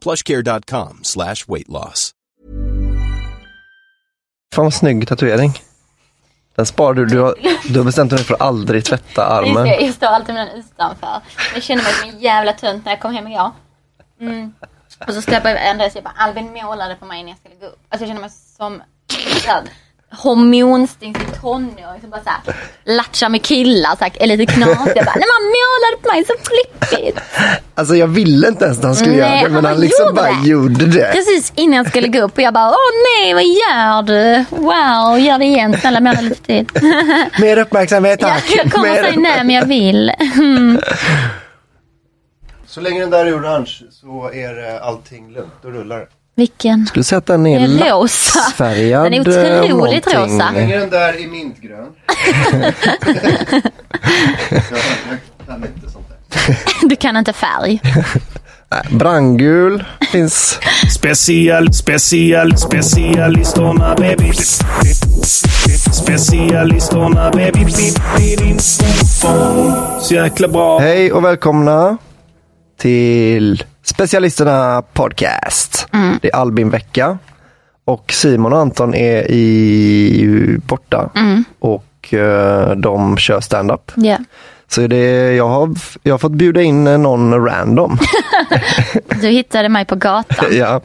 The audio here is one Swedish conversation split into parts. plushcare.com slash weight loss. Fan vad snygg tatuering. Den sparar du. Du har, du har bestämt dig för att aldrig tvätta Just armen. det, jag står alltid med den utanför. Jag känner mig som en jävla tunt när jag kom hem igår. Mm. Och så släppte jag Andreas jag bara Albin målade på mig när jag skulle gå upp. Alltså jag känner mig som såhär, hormonstink i tonåring som bara såhär latchar med killar såhär, är lite knasig. Jag bara, nej man målade på mig så flippigt. Alltså jag ville inte ens att han skulle Nej, göra det. Men han han liksom gjorde bara det. gjorde det. Precis innan jag skulle gå upp och jag bara, åh nej vad gör du? Wow, gör det igen snälla måla lite till. Mer uppmärksamhet Jag, tack. jag kommer Mer säga upp- nej men jag vill. Så länge den där är orange så är det allting lugnt. Då rullar det. Vilken? Skulle säga att den är Den är rosa. laxfärgad. Den är otroligt eh, någonting. rosa. Så länge den där är mintgrön. jag kan inte sånt där. Du kan inte färg. Brandgul finns. Special, special, specialisterna baby. Specialisterna baby. Så jäkla bra. Hej och välkomna till Specialisterna Podcast. Mm. Det är Albin-vecka. Och Simon och Anton är i, borta. Mm. Och eh, de kör stand-up. Ja. Så det, jag, har, jag har fått bjuda in eh, någon random. Du hittade mig på gatan. ja.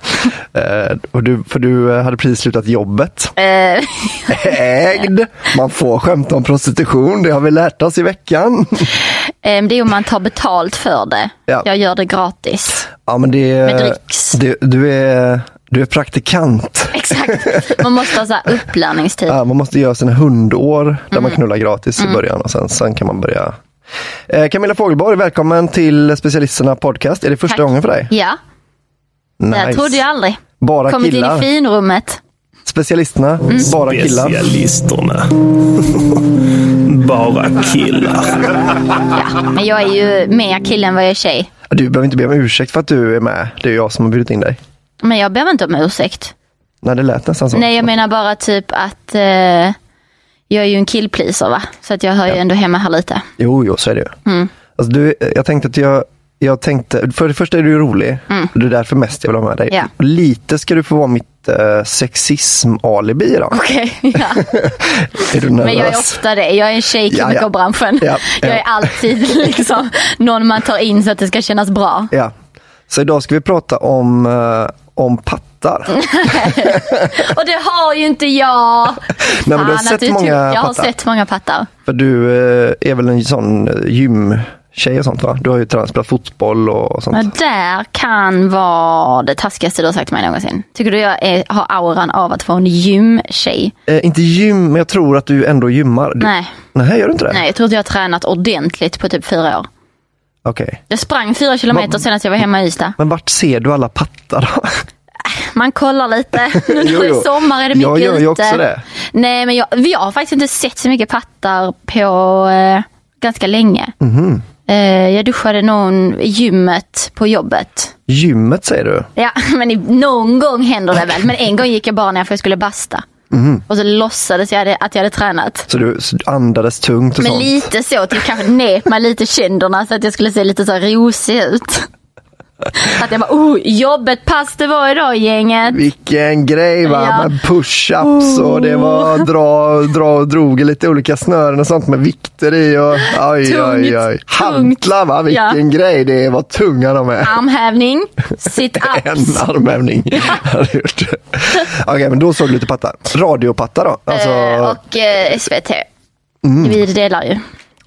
Eh, och du, för du eh, hade precis slutat jobbet. Eh, Ägd! Man får skämta om prostitution, det har vi lärt oss i veckan. Ehm, Det är om man tar betalt för det. Ja. Jag gör det gratis. ja, men det, Med dricks. Du, du, är, du är praktikant. Exakt. Man måste ha så här upplärningstid. Ja, man måste göra sina hundår där Mm. man knullar gratis i början och sen, sen kan man börja. Eh, Camilla Fogelborg, välkommen till Specialisterna Podcast. Är det första Tack. gången för dig? Ja, det här trodde jag aldrig. Bara Kommit in i Mm. killar. finrummet. Specialisterna, bara killar. Specialisterna. Bara killar. Men jag är ju mer kille än vad jag är tjej. Du behöver inte be om ursäkt för att du är med. Det är jag som har bjudit in dig. Men jag behöver inte om ursäkt. Nej, det lät nästan så. Nej, jag menar bara typ att eh, jag är ju en killpleaser va. Så att jag hör ju ändå hemma här lite. Jo, jo, så är det ju. Mm. Alltså, du, jag tänkte att jag, jag tänkte, för det första är du ju rolig. Det är därför mest jag vill ha med dig. Mm. Ja. Och lite ska du få vara mitt eh, sexism-alibi då. Okej, ja. Är du nervös? Men jag är ofta det. Jag är en tjej i Alltså. Ja, ja. komikerbranschen. Ja, ja. Jag är alltid liksom någon man tar in så att det ska kännas bra. Ja. Så idag ska vi prata om, eh, om pattar. Och det har ju inte jag. Nej, men du har Fan, att sett många tror- Jag har pattar. sett många pattar. För du eh, är väl en sån eh, gymtjej och sånt va? Du har ju tränat, spelat fotboll och sånt. Men där kan vara det taskigaste du har sagt till mig någonsin. Tycker du jag är, har auran av att vara en gymtjej? Eh, inte gym, men jag tror att du ändå gymmar. Du, Nej. Nej, gör du inte det? Nej, jag tror inte jag har tränat ordentligt på typ fyra år. Okej. Jag sprang fyra kilometer senast jag var hemma i Ystad. Men vart ser du alla pattar då? Man kollar lite. Nu Jo, när det jo. är sommar är det mycket Jag gör ute. ju också det. Nej, Mhm. men jag, jag har faktiskt inte sett så mycket pattar på eh, ganska länge. Eh, jag duschade någon i gymmet på jobbet. Gymmet säger du? Ja, men i- någon gång händer det väl. Men en gång gick jag bara när jag skulle basta. Mhm. Och så låtsades jag hade- att jag hade tränat. Så du så du andades tungt och Men sånt? lite så, typ kanske nep mig lite i kinderna så att jag skulle se lite så här rosig ut. Att jag bara, oh, jobbet pass det var idag gänget. Vilken grej va, Ja. Oh. med push-ups och det var dra, dra och drog i lite olika snören och sånt med vikter i och oj oj Tungt, oj. tungt. Hantlar va, vilken grej det var tunga de är. Armhävning, sit-ups. En alltså. armhävning. hade gjort. Okej men då såg du lite patta. Radiopatta då? Alltså Eh, och eh, SVT. Vi delar ju.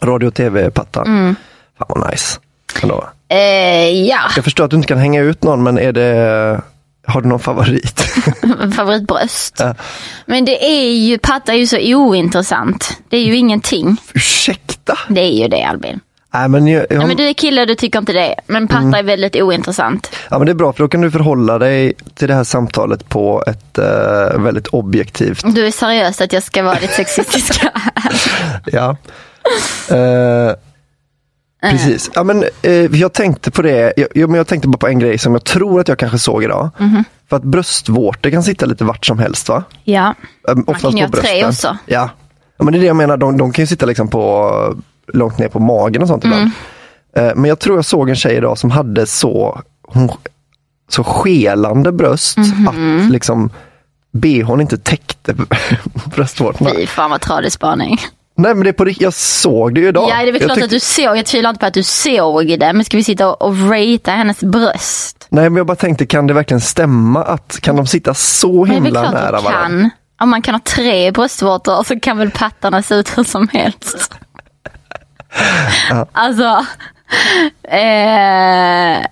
radio och tv-patta. Mm. Fan vad nice. Ändå. Eh, ja, Jag förstår att du inte kan hänga ut någon men är det, har du någon favorit? favoritbröst. Men det är ju, patta är ju så ointressant. Det är ju ingenting. Ursäkta? Det är ju det Albin. Nej men, jag, jag, Ja, men du är kille och du tycker inte det. Men patta är väldigt ointressant. Ja men det är bra för då kan du förhålla dig till det här samtalet på ett eh, väldigt objektivt. Du är seriös att jag ska vara lite sexistiska. Ja. Eh, precis. Ja, men, eh, jag tänkte på det, jag, jag, men jag tänkte bara på en grej som jag tror att jag kanske såg idag. För att bröstvårtor kan sitta lite vart som helst va? ja. Eh, Oftast kan ju på ha tre brösten. också. Ja. ja men det är det jag menar, de, de kan ju sitta liksom på, långt ner på magen och sånt ibland. Mm. Eh, men jag tror jag såg en tjej idag som hade så, hon, så skelande bröst Mhm. att liksom bhn inte täckte bröstvårtorna. Fy fan vad tradig spaning. Nej men det är på riktigt, jag såg det ju idag. Ja, det är väl jag klart att du såg. Jag tvivlar inte på att du såg det. Men ska vi sitta och, och ratea hennes bröst? Nej men jag bara tänkte, kan det verkligen stämma att, kan de sitta så Men det är himla väl klart nära att du varandra? kan. Om man kan ha tre bröstvårtor så kan väl pattarna se ut hur som helst. Alltså. Eh,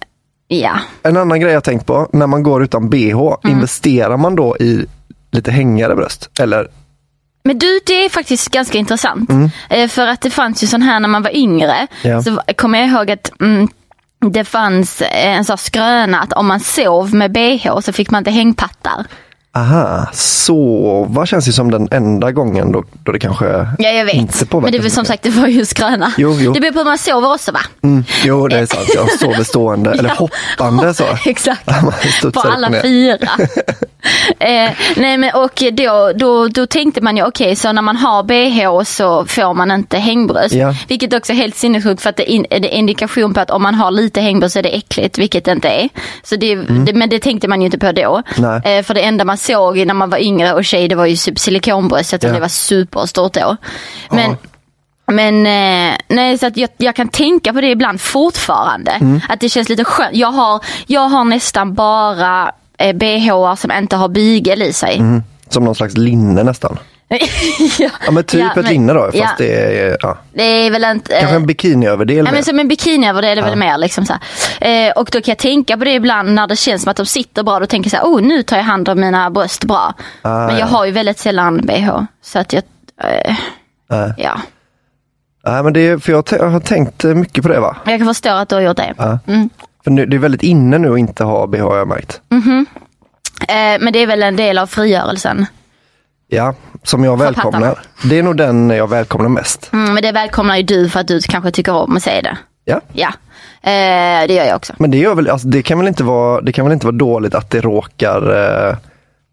ja. En annan grej jag tänkt på, när man går utan bh, Mm. investerar man då i lite hängigare bröst? Eller Men du, det är faktiskt ganska intressant. Eh, För att det fanns ju sån här när man var yngre. Mm. Ja. Så kommer jag ihåg att mm, det fanns eh, en sån här skröna att om man sov med bh så fick man inte hängpattar. Aha, sova känns ju som den enda gången då, då det kanske Ja, jag inte vet. påverkar. Men det var så som mycket. sagt, det var ju en skröna. Jo, jo. Det beror på hur man sover också va? Mm, jo, det är sant. Jag sover stående eller hoppande så. Exakt. Man På studsar upp och alla ner. fyra. eh, nej men och då, då, då tänkte man ju okej så när man har bh så får man inte hängbröst. Ja. Vilket också är helt sinnessjukt för att det, in, det är indikation på att om man har lite hängbröst så är det äckligt, vilket det inte är. Så det, det, men det tänkte man ju inte på då. Mm. Nej. Eh, för det enda man såg när man var yngre och tjej det var ju typ silikonbröst, jag tror Ja. det var superstort då. Men, men eh, nej, så att jag, jag kan tänka på det ibland fortfarande. Mm. Att det känns lite skönt. Jag har, jag har nästan bara eh, bh som inte har bygel i sig. Som någon slags linne nästan. ja, Mm. Ja, men typ Ja, ett men- linne då, fast ja. det är ja. det är väl inte... eh, kanske en bikiniöverdel. Nej, med. men som en bikini över det är det väl mer. Liksom, så här. Eh, och då kan jag tänka på det ibland när det känns som att de sitter bra. Då tänker jag så här, oh nu tar jag hand om mina bröst bra. men jag har ju väldigt sällan bh. Så att jag... Eh, Ja, Nej, men det är, för jag, t- jag har tänkt eh, mycket på det va? jag kan förstå att du har gjort det. För nu, det är väldigt inne nu att inte ha bh har jag märkt. Mm. Eh, men det är väl en del av frigörelsen. Ja, som jag välkomnar. pattarna. Det är nog den jag välkomnar mest. Mm, men det välkomnar ju du för att du kanske tycker om att säga det. Ja. Ja, eh, det gör jag också. Men det, gör väl, alltså, det, kan väl inte vara, det kan väl inte vara dåligt att det råkar eh,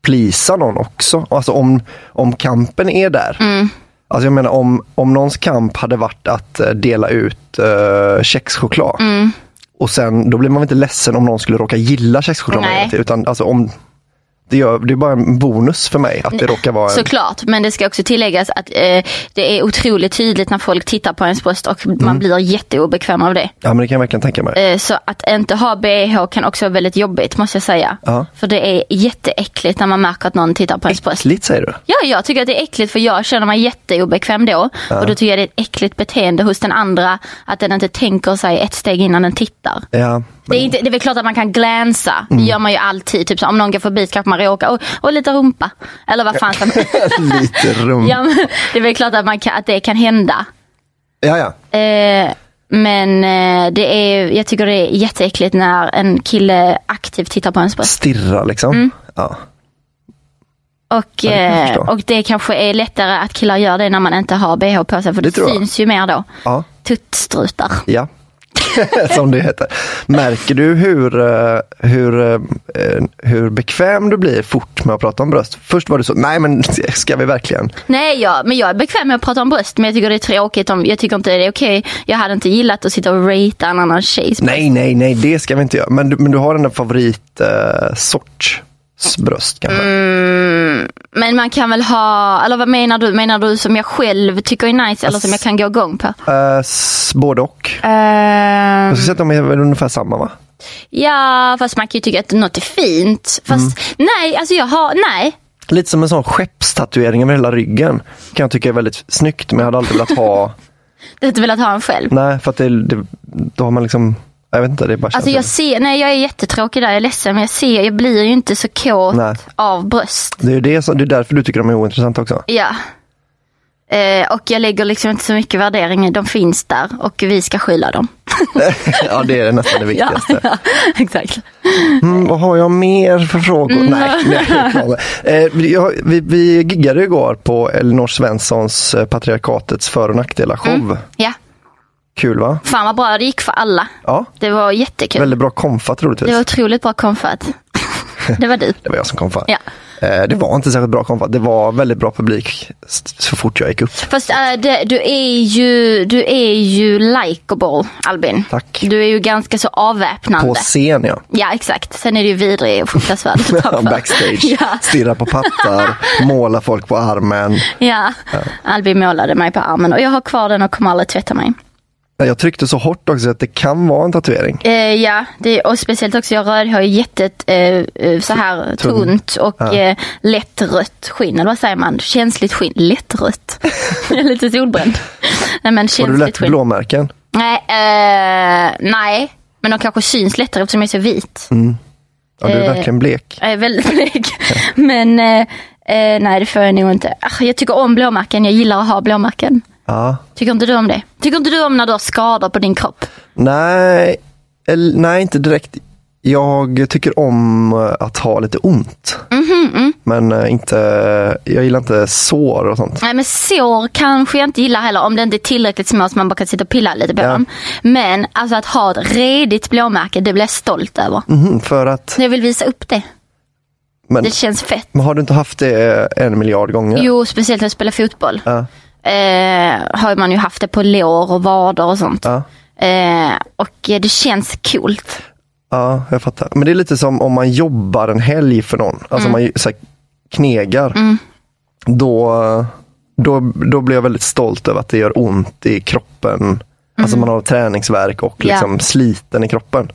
plisa någon också? Alltså om, om kampen är där. Mm. Alltså jag menar om, om någons kamp hade varit att eh, dela ut eh, kexchoklad. Mm. Och sen, då blir man väl inte ledsen om någon skulle råka gilla kexchoklad. Nej. Nej. Utan alltså om, det, gör, det är bara en bonus för mig att det råkar vara en... Såklart, men det ska också tilläggas att eh, det är otroligt tydligt när folk tittar på ens bröst och man blir jätteobekväm av det. Ja men det kan jag verkligen tänka mig. Eh, så att inte ha bh kan också vara väldigt jobbigt måste jag säga. Ja. För det är jätteäckligt när man märker att någon tittar på ens bröst. Äckligt säger du? Ja, jag tycker att det är äckligt för jag känner mig jätteobekväm då. Och då tycker jag det är ett äckligt beteende hos den andra att den inte tänker sig ett steg innan den tittar. Ja. Det är, inte, det är väl klart att man kan glänsa. Det Mm. gör man ju alltid. Typ så, om någon går förbi så kanske man råkar, och, och lite rumpa. Eller vad fan som Lite rum. ja, men, Det är väl klart att, man kan, att det kan hända. Ja, ja. Eh, men eh, det är, jag tycker det är jätteäckligt när en kille aktivt tittar på ens bröst. Stirra liksom. Mm. Ja. Och, det kan jag eh, förstå. och det kanske är lättare att killar gör det när man inte har bh på sig. För Det det, tror jag. syns ju mer då. Ja. Tuttstrutar. Ja. som det heter. Märker du hur, eh, hur, eh, hur bekväm du blir fort med att prata om bröst? Först var du så, nej men ska vi verkligen? Nej, jag, men jag är bekväm med att prata om bröst. Men jag tycker det är tråkigt. Om, jag tycker inte det är okej. Jag hade inte gillat att sitta och ratea en annan tjejs bröst. Nej, nej, nej, det ska vi inte göra. Men du, men du har en favorit eh, sorts bröst kanske? Mm. Men man kan väl ha, eller vad menar du? Menar du som jag själv tycker är nice eller som jag kan gå igång på? Eh, s- både och. Ehm, Jag skulle säga att de är väl ungefär samma va? ja, fast man kan ju tycka att något är fint. Fast Mm. nej, alltså jag har, nej. Lite som en sån skeppstatuering över hela ryggen. Kan jag tycka är väldigt snyggt men jag hade aldrig velat ha. Du har inte velat ha en själv. Nej, för att det, det, då har man liksom, jag vet inte, det är bara Alltså känns- jag ser, nej jag är jättetråkig där, jag är ledsen men jag ser, jag blir ju inte så kåt Nej. av bröst. Det är ju det, som, det är därför du tycker de är ointressanta också. Ja. Eh, och jag lägger liksom inte så mycket värdering i, de finns där och vi ska skylla dem. ja, det är nästan det viktigaste. ja, exakt. Mm, vad har jag mer för Mm. frågor? Nej, nej jag klagar. eh, vi- jag, vi, vi giggade igår på Elinor Svenssons eh, Patriarkatets för och nackdelar-show. Ja, Kul va? fan vad bra det gick för alla. Ja, Det var jättekul. väldigt bra komfat troligtvis. Det var otroligt bra komfort. det var du. Det var jag som komfat. Ja. Eh, det var inte särskilt bra komfat. Det var väldigt bra publik s- så fort jag gick upp. Fast eh, det, du är ju, du är ju likeable Albin. Tack. Du är ju ganska så avväpnande. På scen ja. Ja exakt. Sen är det ju vidrig och fruktansvärd utanför. Backstage. Ja. Stirrar på pattar, målar folk på armen. ja. Albin målade mig på armen och jag har kvar den och kommer aldrig tvätta mig. Nej, Jag tryckte så hårt också att det kan vara en tatuering. Eh, ja, det, och speciellt också jag röd har ju jättet eh, eh, så här tunt och eh, lättrött skinn. Eller vad säger man? Känsligt skinn. Lättrött. jag är lite solbränd. nej men Har du känsligt lätt skinn. blåmärken? Nej, eh, nej, men de kanske syns lättare eftersom jag är så vit. Mm. Ja, du Eh, är verkligen blek. Jag är väldigt blek. men eh, eh, nej, det får jag nog inte. Ah, Jag tycker om blåmärken. Jag gillar att ha blåmärken. Ja. Tycker inte du om det? Tycker inte du om när du har skador på din kropp? Nej, eller, nej, inte direkt. Jag tycker om eh, att ha lite ont. Mhm, mm. Men eh, inte, jag gillar inte sår och sånt. Nej men sår kanske jag inte gillar heller om det inte är tillräckligt små så man bara kan sitta och pilla lite på Ja. dem. Men alltså att ha ett redigt blåmärke, det blir jag stolt över. Mhm, för att, Så jag vill visa upp det. men, Det känns fett. men har du inte haft det eh, en miljard gånger? Jo, speciellt när jag spelar fotboll. Ja. Eh, har man ju haft det på lår och vader och sånt. Ja. Eh, och eh, det känns coolt. Ja, jag fattar. Men det är lite som om man jobbar en helg för någon. Alltså Mm. om man ju- så här, knegar. Då, då, då blir jag väldigt stolt över att det gör ont i kroppen. Alltså man har träningsvärk och Mm. Ja. Mm. liksom sliten i kroppen.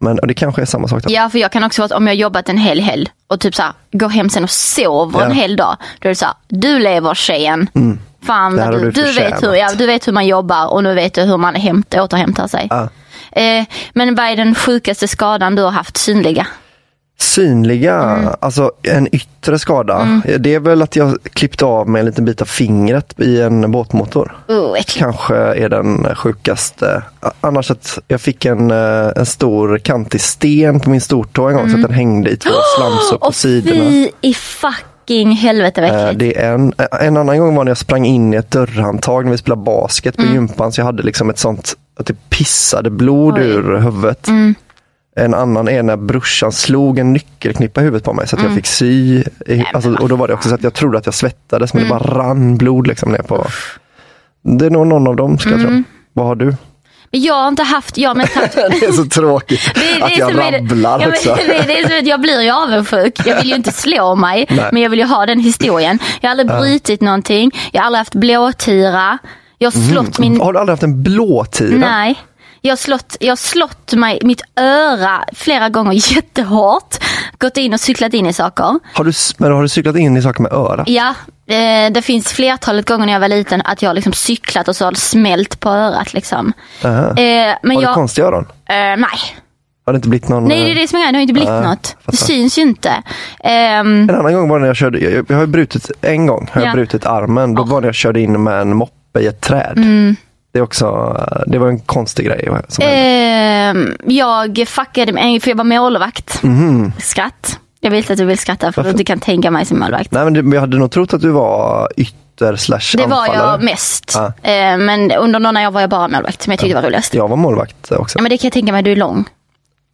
Men och det kanske är samma sak. Där. Ja, för jag kan också vara att om jag har jobbat en hel helg och typ så här, går hem sen och sover Ja. Mm. en hel dag. Då är det så här, du lever tjejen. Fan, Det här vad har du, du du, vet hur, förtjänat. ja, du vet hur man jobbar och nu vet du hur man hämt, återhämtar sig. Ja. Eh, men vad är den sjukaste skadan du har haft synliga? Synliga, alltså en yttre skada. Det är väl att jag klippte av mig en liten bit av fingret i en båtmotor. Oh, äckligt. kanske är den sjukaste. Annars att jag fick en, eh, en stor kantig sten på min stortå en gång så att den hängde i två slamsor på Och sidorna. fy i fucking helvete vad Eh, äckligt. Det är en, eh, en annan gång var när jag sprang in i ett dörrhandtag när vi spelade basket på gympan så jag hade liksom ett sånt att det pissade blod Oj. ur huvudet. En annan är när brorsan slog en nyckelknippa i huvudet på mig så att jag fick sy. i- alltså, och då var det också så att jag trodde att jag svettades men det bara rann blod liksom ner på. Det är nog någon av dem ska jag tro. Vad har du? Men jag har inte haft, jag har mest haft Det är så tråkigt Det är det att jag som är det- rabblar ja, men, också. Det är det som är att jag blir ju avundsjuk. Jag vill ju inte slå mig, Nej. men jag vill ju ha den historien. Jag har aldrig brutit någonting, jag har aldrig haft blåtira, jag Mhm. har slått min... Har du aldrig haft en blå tira? Nej. Jag har slått, jag har slått mig, mitt öra flera gånger jättehårt. Gått in och cyklat in i saker. Har, du, s- men har du cyklat in i saker med örat? Ja, eh, det finns flertalet gånger när jag var liten att jag har liksom cyklat och så har det smält på örat. Liksom. Eh, men Har du jag, eh, konstiga öron? nej. Har det inte blivit någon... Nej det är det som är grejen, det har inte blivit något. Det syns ju inte. Ehm, En annan gång var det när jag körde, jag, jag har ju brutit, en gång har jag Ja. Mm. brutit armen. Då var det när jag körde in med en moppe i ett träd. Det är också, det var en konstig grej. Som Eh. hände. ehm, jag fuckade mig, för jag var målvakt. Mhm. Skratt. Jag vet att du vill skratta för att du kan tänka mig som målvakt. Nej men det- men jag hade nog trott att du var yt, ytter slash Det var anfallare. jag mest. Ja. Eh, Men under några år var jag bara målvakt som jag tyckte var roligast. Jag var målvakt också. Ja, men det kan jag tänka mig, du är lång.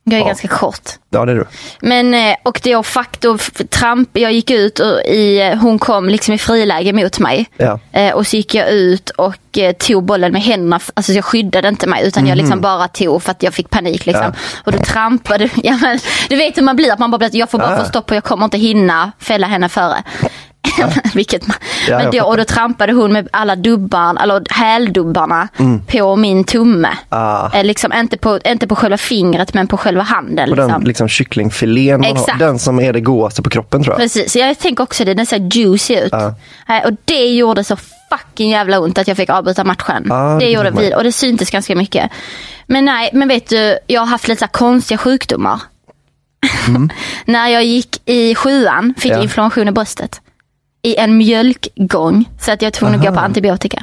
Jag är Ja. ganska kort. Ja, det är du. Men, eh, och då faktor f- tramp, jag gick ut och i, hon kom liksom i friläge mot mig. Ja. Eh, och så gick jag ut och eh, tog bollen med händerna, f- alltså jag skyddade inte mig utan jag liksom bara tog för att jag fick panik liksom. Mhm. Ja. Och då trampade, ja men du vet hur man blir, att man bara blir, jag får bara Ja. få stopp och jag kommer inte hinna fälla henne före. Vilket man, Ja, men jag då, fattar. och då trampade hon med alla dubbar, eller häldubbarna på min tumme. Mm. Ah. Eh, liksom, inte, på, inte på själva fingret men på själva handen. Och Liksom. den liksom kycklingfilén man har. Exakt. Den som är det godaste på kroppen tror jag. Precis, så jag tänker också det. Den ser juicy ut. Eh, Och det gjorde så fucking jävla ont att jag fick avbryta matchen. Ja, det det gjorde kan man- vi och det syntes ganska mycket. Men nej, men vet du, jag har haft lite så här konstiga sjukdomar. När jag gick i sjuan fick Mm. Ja. jag inflammation i bröstet. I en mjölkgång. Så att jag var tvungen att gå på antibiotika.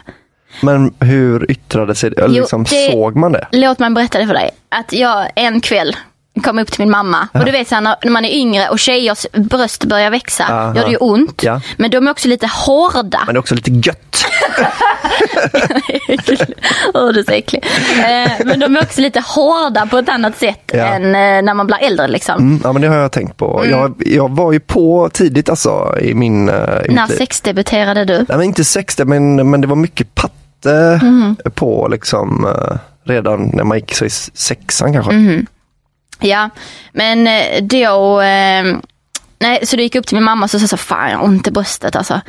Men hur yttrade sig det? Eller Jo, liksom, det- Såg man det? Låt mig berätta det för dig. Att jag en kväll kom upp till min mamma. Och du vet så här, när när man är yngre och tjejers bröst börjar växa. Aha. Gör det ju ont. Ja. Men de är också lite hårda. Men det är också lite gött. Åh, du är så äcklig. Eh, Men de är också lite hårda på ett annat sätt Ja. än eh, när man blir äldre. Liksom. Mm, ja, men det har jag tänkt på. Jag, jag var ju på tidigt alltså i min... eh, I När mitt liv. sexdebuterade du? Nej, men inte 60, men, men det var mycket patte Mhm. på liksom eh, redan när man gick så i s- sexan kanske. Mhm. Ja, men eh, då... Eh, nej, så du gick upp till min mamma och så sa jag så, fan jag har ont i bröstet alltså.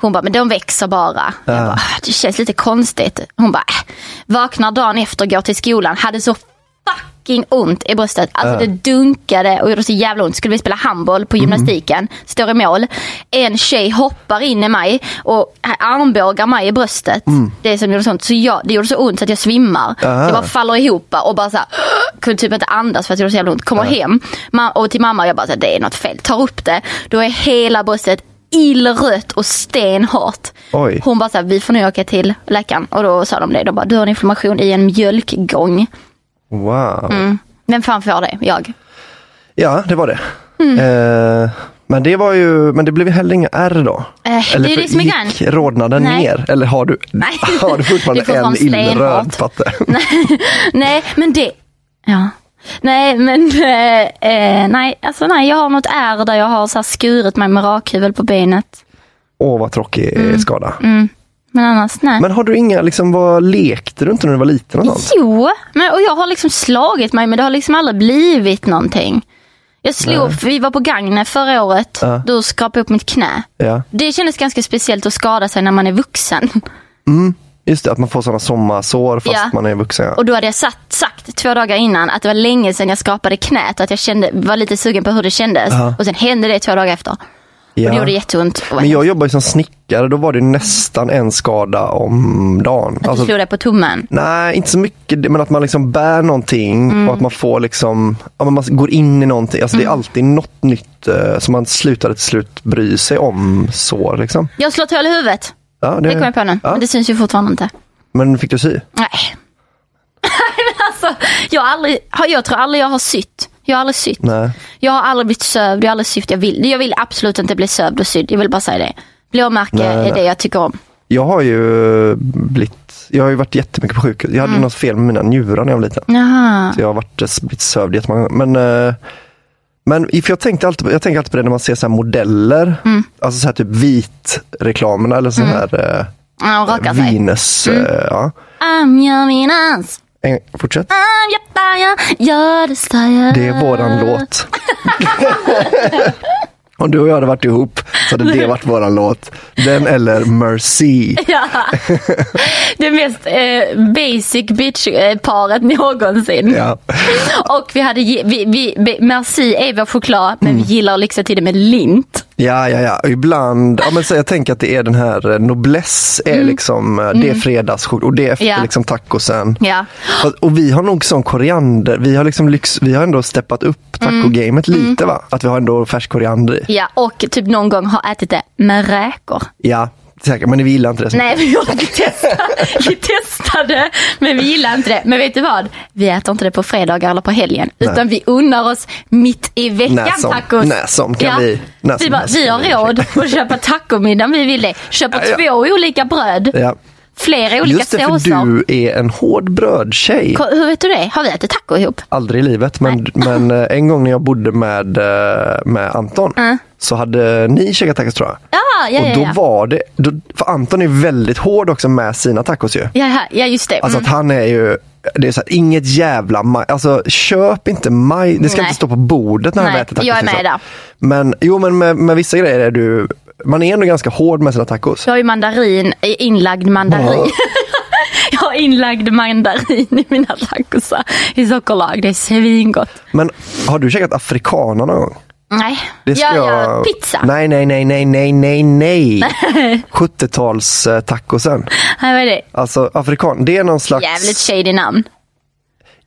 Hon bara, men de växer bara. Jag bara, "Ah, det känns lite konstigt. Hon bara, äh. vaknar dagen efter, går till skolan, hade så fucking ont i bröstet. Alltså det dunkade och gjorde så jävla ont. Skulle vi spela handboll på gymnastiken, står i mål. En tjej hoppar in i mig och armbågar mig i bröstet. Det som gjorde så ont. Så jag, det gjorde så ont så att jag svimmar. Jag bara faller ihop och bara så här, kunde typ inte andas för att det gjorde så jävla ont. Kommer hem ma- och till mamma och jag bara så här, det är något fel. Tar upp det, då är hela bröstet illrött och stenhårt. Oj. Hon bara så här, vi får nu åka till läkaren. Och då sa de det, de bara, du har en inflammation i en mjölkgång. Wow. Mm. Vem fan får det? Jag. Ja, det var det. Mm. Eh, men det var ju, men det blev ju heller inga R då. Eh, det är det som är grejen. gick rodnaden Nej. ner? Eller har du, Nej. har du fortfarande Det är en fortfarande illröd stenhårt. patte? nej, men det... Ja. Nej, men eh, eh, nej, alltså nej, jag har något ärr där jag har så här skurit mig med rakhyvel på benet. Åh, vad tråkig Mm. skada. Men annars nej. Men har du inga, liksom, vad lekte du inte när du var liten? Och sånt? Jo, men, och jag har liksom slagit mig men det har liksom aldrig blivit någonting. Jag slog, för vi var på Gagne förra året, då skrapade jag upp mitt knä. Ja, Det kändes ganska speciellt att skada sig när man är vuxen. just det, att man får sådana sommarsår fast Ja. man är vuxen. Ja. Och då hade jag satt, sagt två dagar innan att det var länge sedan jag skapade knät och att jag kände, var lite sugen på hur det kändes. Och sen hände det två dagar efter. Och det Ja. gjorde jätteont. Och Men jag jobbar ju som snickare, då var det nästan en skada om dagen. att du Alltså, slog dig på tummen. nej, inte så mycket, men att man liksom bär någonting Mm. och att man får liksom, ja, men man går in i någonting. Alltså, Det är alltid något nytt eh, som man slutar till slut bry sig om sår. Liksom. Jag slår ett hål i huvudet. Ja, Det kom jag på nu. Ja. Men det syns ju fortfarande inte. Men fick du sy? Nej. Men alltså, jag, har aldrig, har- jag tror aldrig jag har sytt. Jag har aldrig sytt. Nej. Jag har aldrig blivit sövd. Jag har aldrig sytt. Jag vill, jag vill absolut inte bli sövd och sydd. Jag vill bara säga det. Blåmärke Nej, är nej. det jag tycker om. Jag har ju blivit, jag har ju varit jättemycket på sjukhus. Jag hade Mm. något fel med mina njurar när jag var liten. Jaha. Så jag har varit eh, blivit sövd jättemånga gånger. Men, eh, men i- för jag, tänkte alltid, på- jag tänker alltid på det när man ser så här modeller. Alltså så här typ vitreklamerna eller så här Ja, och eh, raka sig. Venus. Eh, ja. I'm your Venus. En, fortsätt. I'm your fire. You're the fire. Det är våran låt. Om du och jag hade varit ihop så hade det varit våran låt. Den eller Mercy. Ja. Det mest eh, basic bitch-paret någonsin. Ja. Och vi hade, ge- vi, vi, vi, Merci är vår choklad, men vi gillar lyxa till det med lint. Ja, ja, ja. Ibland, ja, men så jag tänker att det är den här eh, noblesse, är liksom, eh, det är fredagschoklad och det är Ja. liksom tacosen. Ja. Och, och vi har nog sån koriander, vi har, liksom lyx, vi har ändå steppat upp Mm. tacogamet lite va? Att vi har ändå färsk koriander i. Ja, och typ någon gång har ätit det med räkor. Ja, Säkert, men vi gillar inte det. så Nej, vi, vi, testade, vi testade, men vi gillar inte det. Men vet du vad? Vi äter inte det på fredagar eller på helgen. Utan vi unnar oss mitt i veckan När som- tacos. när som kan vi- när vi, som bara, helst vi kan har vi råd att köpa tacomiddag om vi vill det. Köper Ja, ja. två olika bröd. Ja. Flera olika Just det, för såser. du är en hård brödtjej. Ko- Hur vet du det? Har vi ätit taco ihop? Aldrig i livet, men, men eh, en gång när jag bodde med, eh, med Anton så hade ni käkat tacos tror jag. Ja, Mm. ja, Och ja. då ja. var det, då, för Anton är väldigt hård också med sina tacos ju. Ja, ja, ja, just det. Alltså Mm. att han är ju, det är så här, inget jävla maj, alltså köp inte maj, det ska Nej. inte stå på bordet när han Nej, äter tacos. jag är med liksom. där. Men, jo men med, med vissa grejer är du, man är ändå ganska hård med sina tacos. Jag har ju mandarin, eh, inlagd mandarin. jag har inlagd mandarin i mina tacosar i sockerlag. Det är svingott. Men har du käkat afrikana någon gång? Nej, Det ska jag gör jag- pizza. Nej. Nej, nej, nej, nej, nej, nej, nej. 70-tals eh, tacosen. vad är det? Alltså afrikan, det är någon slags... Jävligt shady namn.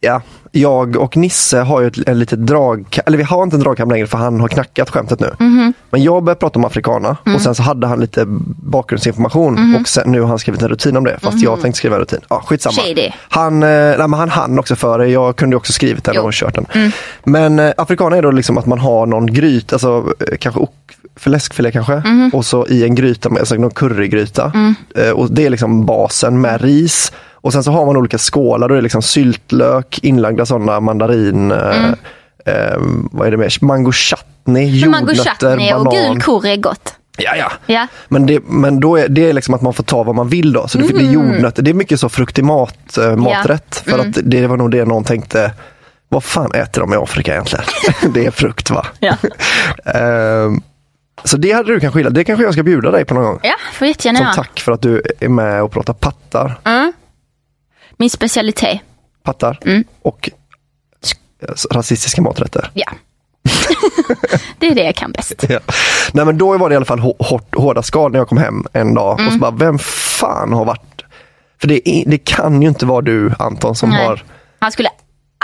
Ja, jag och Nisse har ju ett, en litet drag, eller vi har inte en dragkamp längre för han har knackat skämtet nu. Mhm. Men jag började prata om afrikana Mm. och sen så hade han lite bakgrundsinformation och sen, nu har han skrivit en rutin om det fast jag tänkte skriva en rutin. Ja, skitsamma. Mm. Shady. Han, eh, nej, men han hann också före, jag kunde också skrivit den Jo. Mm. och kört den. Men eh, afrikana är då liksom att man har någon gryta, alltså eh, kanske ok, för läskfilé kanske Mhm. och så i en gryta, med, alltså någon currygryta. Mm. Eh, och det är liksom basen med ris. Och sen så har man olika skålar, då är det liksom syltlök, inlagda sådana, mandarin, eh, Mm. eh, vad är det mer, mango chutney, Men mango jordnötter, chutney banan. och gul curry är gott. Ja, ja. Ja. Men, det, men då är det är liksom att man får ta vad man vill då. Så det, det Mm. är jordnötter, det är mycket så fruktimat, eh, maträtt. För att Mm. det var nog det någon tänkte, vad fan äter de i Afrika egentligen? det är frukt va? Ja. Ehm, så det hade du kanske gillat, det kanske jag ska bjuda dig på någon gång. Ja, Mm. får jättegärna Som göra. tack för att du är med och pratar pattar. Min specialitet. pattar Mm. och eh, rasistiska maträtter. Ja. det är det jag kan bäst. Ja. Nej men då var det i alla fall hå- hårt, hårda skal när jag kom hem en dag och så bara, vem fan har varit för det, är, det kan ju inte vara du Anton som Nej. har, Han skulle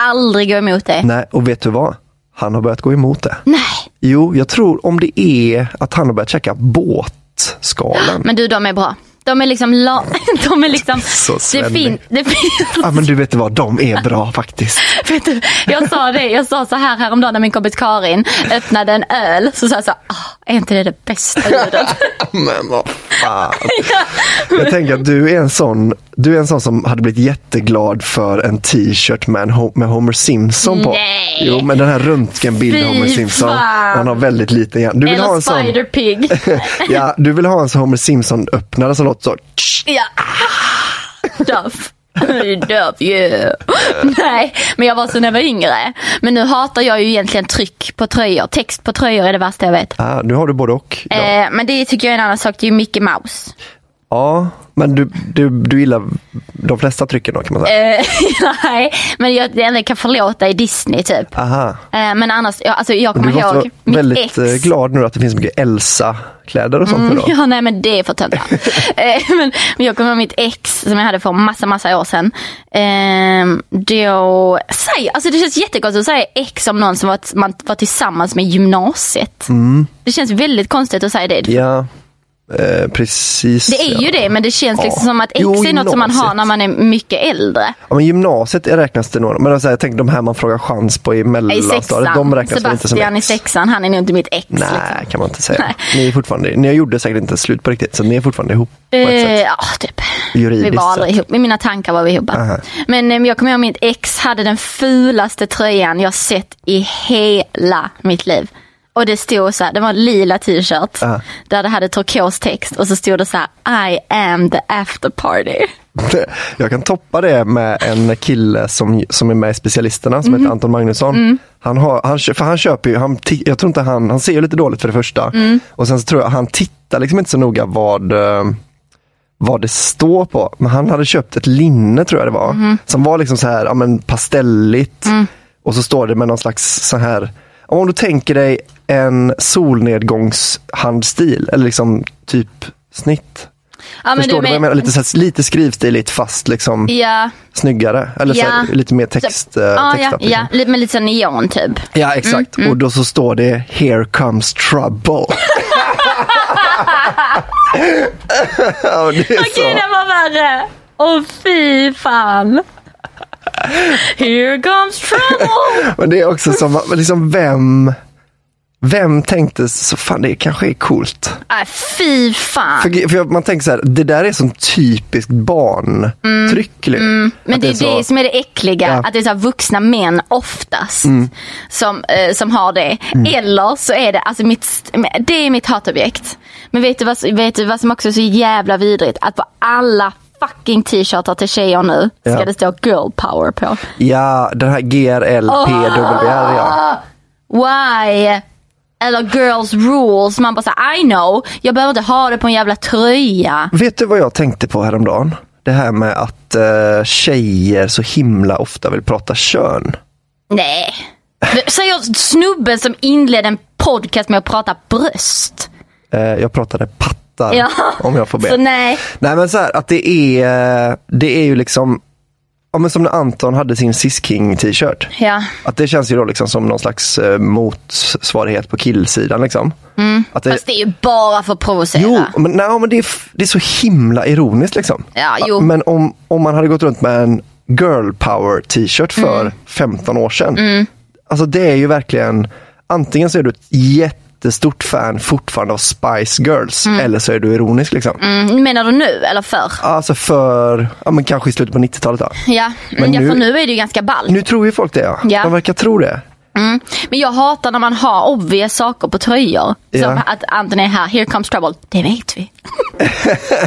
aldrig gå emot det. nej och vet du vad? Han har börjat gå emot det. Nej. Jo, jag tror om det är att han har börjat checka båtskalen. Men du, de är bra. De är liksom... La... De är liksom... Så det, svennig. fin... det finns... Ja men du vet du vad, de är bra faktiskt. Vet du, jag sa det, jag sa så här häromdagen när min kompis Karin öppnade en öl. Så sa jag så här, "Ah, är inte det det bästa ljudet? Men vad fan. Jag tänker att du är en sån, du är en sån som hade blivit jätteglad för en t-shirt med, en, Ho- med Homer Simpson på. Nej. Jo, men den här röntgenbild Fy Homer Simpson. fan. Han har väldigt liten hjärna. Du vill ha Eller en sån, Spider Pig. ja, du vill ha en sån Homer Simpson öppnare som låter så. Ja. Duff. Duff, yeah. Nej, men jag var så när jag var yngre. Men nu hatar jag ju egentligen tryck på tröjor. Text på tröjor är det värsta jag vet. Ah, nu har du både och. Ja, Eh, men det tycker jag är en annan sak. Det är ju Mickey Mouse. ja men du, du, du gillar de flesta trycken då kan man säga. Eh, Nej, men jag, det enda jag kan förlåta är Disney typ. Aha. Eh, men annars, jag, alltså, jag Ah. Du kommer måste vara ihåg mitt väldigt ex. eh, glad nu att det finns mycket Elsa-kläder och sånt nu då. Mm. Ja, nej men det är för töntigt. Eh, men, men jag kommer ihåg mitt ex som jag hade för massa, massa år sedan. Eh, då, säg, alltså det känns jättekonstigt att säga ex om någon som var, man var tillsammans med gymnasiet. Mm. Det känns väldigt konstigt att säga det. Ja, eh, precis. Det är ja. ju det, men det känns liksom Ja. som att ex Jo, är något som man har gymnasiet. när man är mycket äldre. Ja, men gymnasiet är- räknas det nog. Men alltså, jag tänkte de här man frågar chans på i I mellanstadiet, sexan. de räknas väl inte som Sebastian i ex? sexan, han är nog inte mitt ex. liksom. Nej, kan man inte säga. Nej. Ni är fortfarande, ni gjorde säkert inte slut på riktigt, så ni är fortfarande ihop på ett Eh, sätt. Ja, typ. Juridiskt vi var aldrig sett. ihop. I mina tankar var vi ihop. Aha. Men eh, jag kommer ihåg mitt ex hade den fulaste tröjan jag sett i hela mitt liv. Och det stod så här, det var en lila t-shirt. Aha. Där det hade turkos text och så stod det så här, I am the after party. Jag kan toppa det med en kille som, som är med i Specialisterna som heter Anton Magnusson. Han, har, han, kö- för han köper ju, han, ti- jag tror inte han, han ser ju lite dåligt för det första. Och sen så tror jag han tittar liksom inte så noga vad eh, vad det står på. Men han hade köpt ett linne tror jag det var. Som var liksom så här, ja men pastelligt. Och så står det med någon slags så här, om du tänker dig en solnedgångshandstil eller liksom typ snitt. Ja, Förstår du vad jag menar? Lite, så här, lite skrivstiligt fast liksom Ja, snyggare. Eller så här, Ja. lite mer text, eh, ja, ja, textat. Liksom. ja, li- men lite så neon typ. Ja, exakt. Och då så står det “Here comes trouble”. Ja, det är Okej, så. den var värre. Åh fy fan. Here comes trouble. Men det är också som, liksom vem, vem tänkte så fan det kanske är coolt. Nej, Äh, fy fan. För, för man tänker så här, det där är som typiskt barntryck. Mm. Men det är det, som är det äckliga, Ja. Mm. att det är så här vuxna män oftast som, eh, som har det. Eller så är det, alltså mitt, det är mitt hatobjekt. Men vet du, vad, vet du vad som också är så jävla vidrigt? Att på alla fucking t-shirtar till tjejer nu ska Ja. det stå girl power på. Ja, den här GRLPWR ja. Why? Eller girls rules. Man bara såhär, I know. Jag behöver inte ha det på en jävla tröja. Vet du vad jag tänkte på häromdagen? Det här med att eh, tjejer så himla ofta vill prata kön. Nej. Säger snubben som inledde en podcast med att prata bröst. Eh, jag pratade pattar Ja. om jag får be. Så nej. Nej men så här, att det är, eh, det är ju liksom, ja, men som när Anton hade sin King t-shirt. Ja. Att det känns ju då liksom som någon slags eh, motsvarighet på killsidan liksom. Att det, Mm. Fast det är ju bara för att provocera. Jo, men, nej, men det, är, f- det är så himla ironiskt liksom. Ja, jo. Men om, om man hade gått runt med en girl power t-shirt för Mm. 15 år sedan. Alltså det är ju verkligen, antingen så är du ett jättestort fan fortfarande av Spice Girls eller så är du ironisk liksom. Mm, menar du nu eller förr? Alltså för, ja men kanske i slutet på 90-talet då. Ja. Men ja, nu- för nu är det ju ganska ballt. Nu tror ju folk det ja. Ja. De verkar tro det. Men jag hatar när man har obvious saker på tröjor. Som Ja. att Anton är här, here comes trouble. Det vet vi.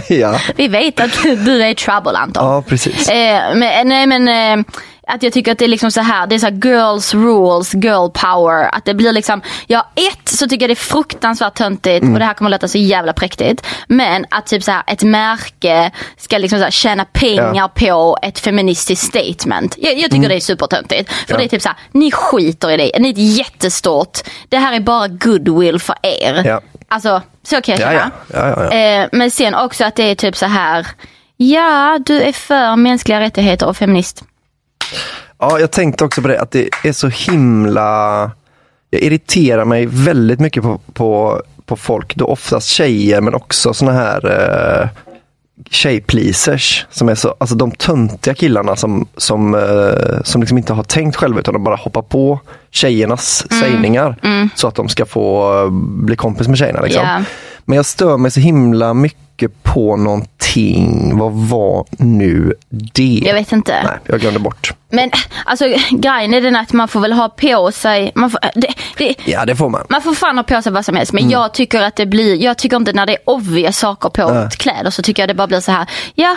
ja. Vi vet att du är trouble Anton. ja, precis. Eh, men, nej men eh, att jag tycker att det är liksom så här, det är så här girls rules, girl power. Att det blir liksom, ja ett så tycker jag det är fruktansvärt töntigt och det här kommer låta så jävla präktigt. Men att typ så här, ett märke ska liksom så här, tjäna pengar Ja. Mm. på ett feministiskt statement. Jag, jag tycker det är supertöntigt. För Ja. det är typ så här, ni skiter i det, ni är ett jättestort, det här är bara goodwill för er. Ja. Alltså så kan jag Ja, känna. ja. ja, ja, ja. Eh, men sen också att det är typ så här. Ja, du är för mänskliga rättigheter och feminist. Ja, jag tänkte också på det, att det är så himla... Jag irriterar mig väldigt mycket på, på, på folk, då oftast tjejer, men också såna här eh, tjejpleasers. Som är så, alltså de töntiga killarna som, som, eh, som liksom inte har tänkt själva utan de bara hoppar på tjejernas Mm. sägningar. Så att de ska få eh, bli kompis med tjejerna. Liksom. Ja. Men jag stör mig så himla mycket på någonting. Vad var nu det? Jag vet inte. Nej, jag glömde bort. Men alltså grejen är den att man får väl ha på sig, man får, det, det, Ja, det får man. man får fan ha på sig vad som helst. Men Mm. jag tycker att det blir, jag tycker inte när det är obvious saker på kläder så tycker jag det bara blir så här. Ja,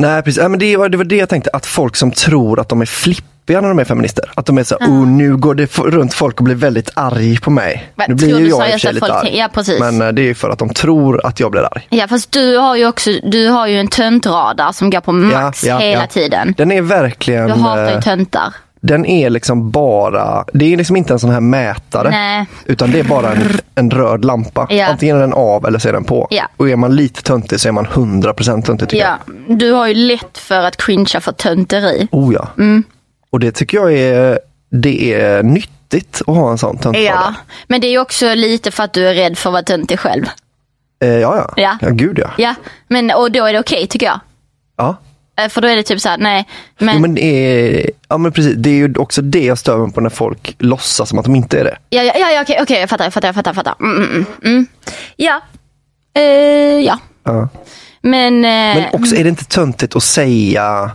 Nej, precis. Ja, men det, var, det var det jag tänkte, att folk som tror att de är flippiga när de är feminister. Att de är så här, oh, nu går det f- runt folk och blir väldigt arg på mig. Men nu blir tror ju du jag i och för seriöst sig att lite folk arg. tänker- ja, precis. Men eh, det är ju för att de tror att jag blir arg. ja fast du har ju också, du har ju en töntradar som går på max Ja, ja, hela ja. tiden. Den är verkligen, Du hatar ju eh, töntar. den är liksom bara, det är liksom inte en sån här mätare. Nej. Utan det är bara en, en röd lampa. Ja. Antingen är den av eller så är den på. Ja. Och är man lite töntig så är man 100% töntig tycker Ja, du har ju lätt för att cringea för tönteri. jag. Oh ja. Mm. Och det tycker jag är, det är nyttigt att ha en sån töntig Ja, men det är ju också lite för att du är rädd för att vara töntig själv. Eh, ja, ja. Ja. gud ja. Ja, men, och då är det okej tycker jag. ja. Eh, För då är det typ så här, nej. Men, Jo, men det är, ja, men precis. Det är ju också det jag stör mig på när folk låtsas som att de inte är det. Ja, ja, ja, ja okej, okej, jag fattar, jag fattar, jag fattar. Jag fattar. Mm, mm, mm, mm. Ja. Eh, ja. Ja. Men, eh, Men också är det inte töntigt att säga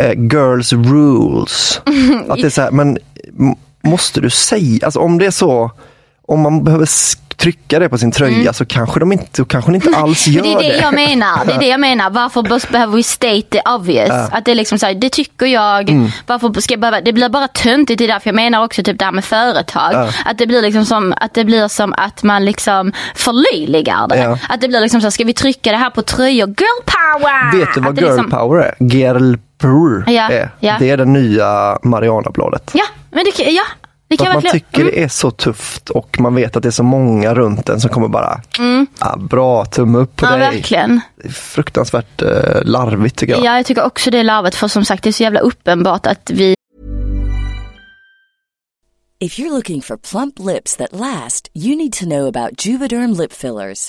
eh, girls rules? Att det är så här, men m- måste du säga, alltså om det är så, om man behöver sk- trycka det på sin tröja så kanske de inte, så kanske de inte alls gör Mm. men det är det det. jag menar. Det är det jag menar. Varför bes- behöver vi state the obvious? Att det är liksom så här, det tycker jag. Mm. Varför ska jag behöva? Det blir bara töntigt. Det är därför jag menar också typ det här med företag. Att det blir liksom som att, det blir som att man liksom förlöjligar det. Ja. Att det blir liksom så här, ska vi trycka det här på tröjor? Girl power! Vet du Att vad det girl liksom- power är? Girl power Ja, är. ja. Det är det nya Marianabladet. Ja, men det, kan- ja, det Så kan att man verkligen... mm. tycker det är så tufft och man vet att det är så många runt en som kommer bara, ah, bra, tumme upp på Mm. Ja, dig. verkligen. Det är Fruktansvärt eh, larvigt tycker jag. Ja, jag tycker också det är larvigt för som sagt det är så jävla uppenbart att vi If you're looking for plump lips that last, you need to know about Juvederm lip fillers.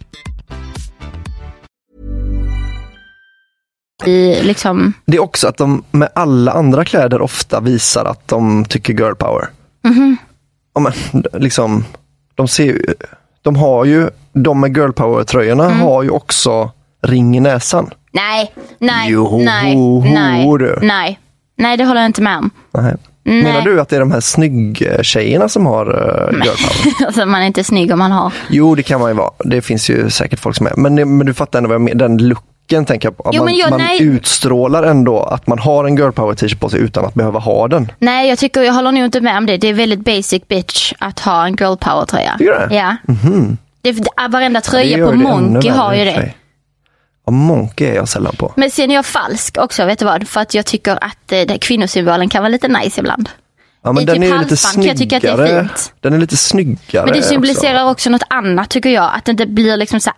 I liksom... Det är också att de med alla andra kläder ofta visar att de tycker girl power. Mm-hmm. Ja, men, liksom, de, ser, ju- de har ju, de med girl power tröjorna Mm. har ju också ring i näsan. Nej, nej, Jo, nej, ho, nej, du. nej. Nej, det håller jag inte med om. Nej. Mm, Menar du att det är de här snygg-tjejerna som har eh, girl power? alltså, man är inte snygg om man har. Jo, det kan man ju vara. Det finns ju säkert folk som är. Men, det- men du fattar ändå vad jag menar. Den looken tänker jag på. Att Jo, man men jag- man nej. utstrålar ändå att man har en girl power t-shirt på sig utan att behöva ha den. Nej, jag tycker jag håller nog inte med om det. Det är väldigt basic bitch att ha en girl power tröja. Tycker du det? Mhm. Ja. Det, varenda Det tröja gör på det ännu Monkey värre har ju i och det. för sig. Ja, Monkey är jag sällan på. Men sen är jag falsk också, vet du vad? För att jag tycker att eh, det kvinnosymbolen kan vara lite nice ibland. Ja, men i den typ är ju lite halsband kan jag tycka att det är snyggare. fint. Den är lite snyggare. Men det också. symboliserar också. något annat tycker jag. Att det inte blir liksom så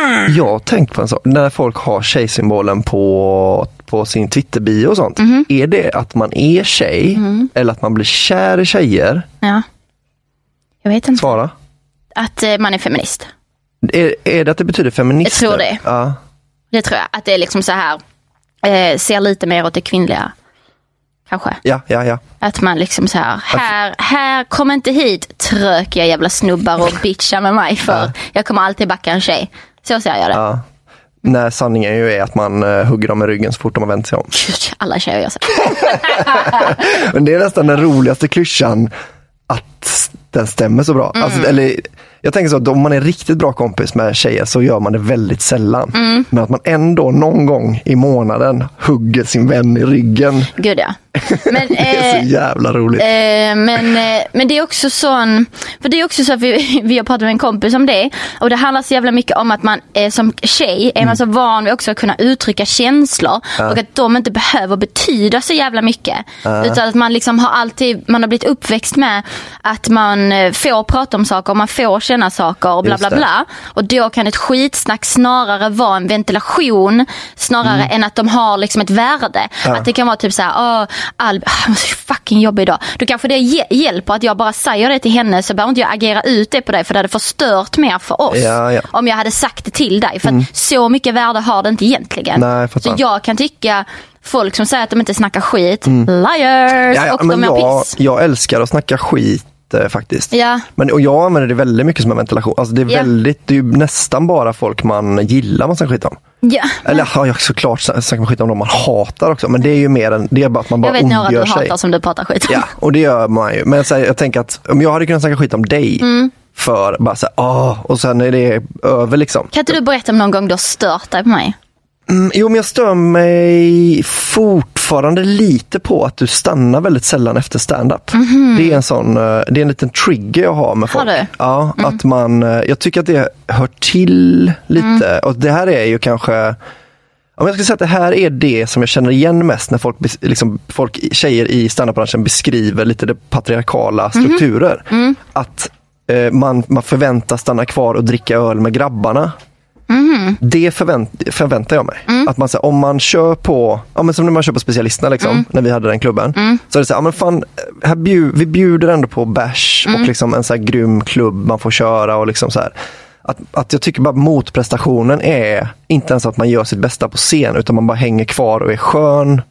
här, Jag har tänkt på en sak. När folk har tjejsymbolen på, på sin Twitter-bio och sånt. Mhm. Är det att man är tjej eller att man blir kär i tjejer? "Ah!" ja. Jag vet inte. Svara. Att eh, man är feminist. Är, är det att det betyder feminist? Jag tror det. Ja. Det tror jag. Att det är liksom så här, eh, ser lite mer åt det kvinnliga. Kanske. Ja, ja, ja. Att man liksom så här, här, här, kom inte hit trökiga jävla snubbar och bitcha med mig för jag kommer alltid backa en tjej. Så ser jag det. ja. När sanningen ju är att man eh, hugger dem i ryggen så fort de har vänt sig om. Gud, alla tjejer gör så. Men det är nästan den roligaste klyschan att den stämmer så bra. Mm. Alltså, eller, jag tänker så att om man är riktigt bra kompis med tjejer så gör man det väldigt sällan. Mm. Men att man ändå någon gång i månaden hugger sin vän i ryggen. Gud ja. Men, Det är så eh, jävla roligt. Eh, men, eh, men det är också sån, för det är också så att vi, vi har pratat med en kompis om det och det handlar så jävla mycket om att man eh, som tjej är man så van vid också att kunna uttrycka känslor och att de inte behöver betyda så jävla mycket. Utan att man liksom har alltid, man har blivit uppväxt med att man eh, får prata om saker och man får känna saker och bla Just bla det. bla. Och då kan ett skitsnack snarare vara en ventilation snarare Mm. än att de har liksom ett värde. Att det kan vara typ såhär, åh Alb, Ah, jag måste fucking jobba idag. Då kanske det hj- hjälper att jag bara säger det till henne så behöver inte jag agera ut det på dig för det hade förstört mer för oss. Ja, ja. Om jag hade sagt det till dig. För att så mycket värde har det inte egentligen. Nej, jag fattar. så jag kan tycka folk som säger att de inte snackar skit, liars Mm. Ja, ja, och men de mår jag, piss. jag älskar att snacka skit eh, faktiskt. Ja. Men, och jag använder det väldigt mycket som en ventilation. Alltså, det, är Ja. väldigt, det är ju nästan bara folk man gillar man snackar skit om. Ja, Eller ja, jag såklart sn- snackar man skit om dem man hatar också. Men det är ju mer än, det är bara att man jag bara vet några du ondgör hatar sig. som du pratar skit om. Ja, och det gör man ju. Men så här, jag tänker att om jag hade kunnat snacka skit om dig Mm. för bara så här, åh, och sen är det över liksom. Kan inte du berätta om någon gång du har stört dig på mig? Mm, Jo, men jag stör mig fortfarande lite på att du stannar väldigt sällan efter stand-up. Det är en sån, eh, det är en liten trigger jag har med Mhm. Har folk. du? Mm. Ja, att man, eh, jag tycker att det hör till lite. Mm. Och det här är ju kanske om jag skulle säga att det här är det som jag känner igen mest när folk, bes- liksom, folk tjejer i standupbranschen beskriver lite det patriarkala Mhm. strukturer. Mm. Att eh, man, man förväntas stanna kvar och dricka öl med grabbarna. Det förvänt, förväntar jag mig. Att man, så här, om man kör på, ja, men som när man kör på specialisterna liksom, när vi hade den klubben. Så är det så här, ja, men fan, här bju, vi bjuder ändå på bärs och liksom en så här grym klubb man får köra. och liksom så här. Att, att jag tycker bara motprestationen är inte ens att man gör sitt bästa på scen utan man bara hänger kvar och är skön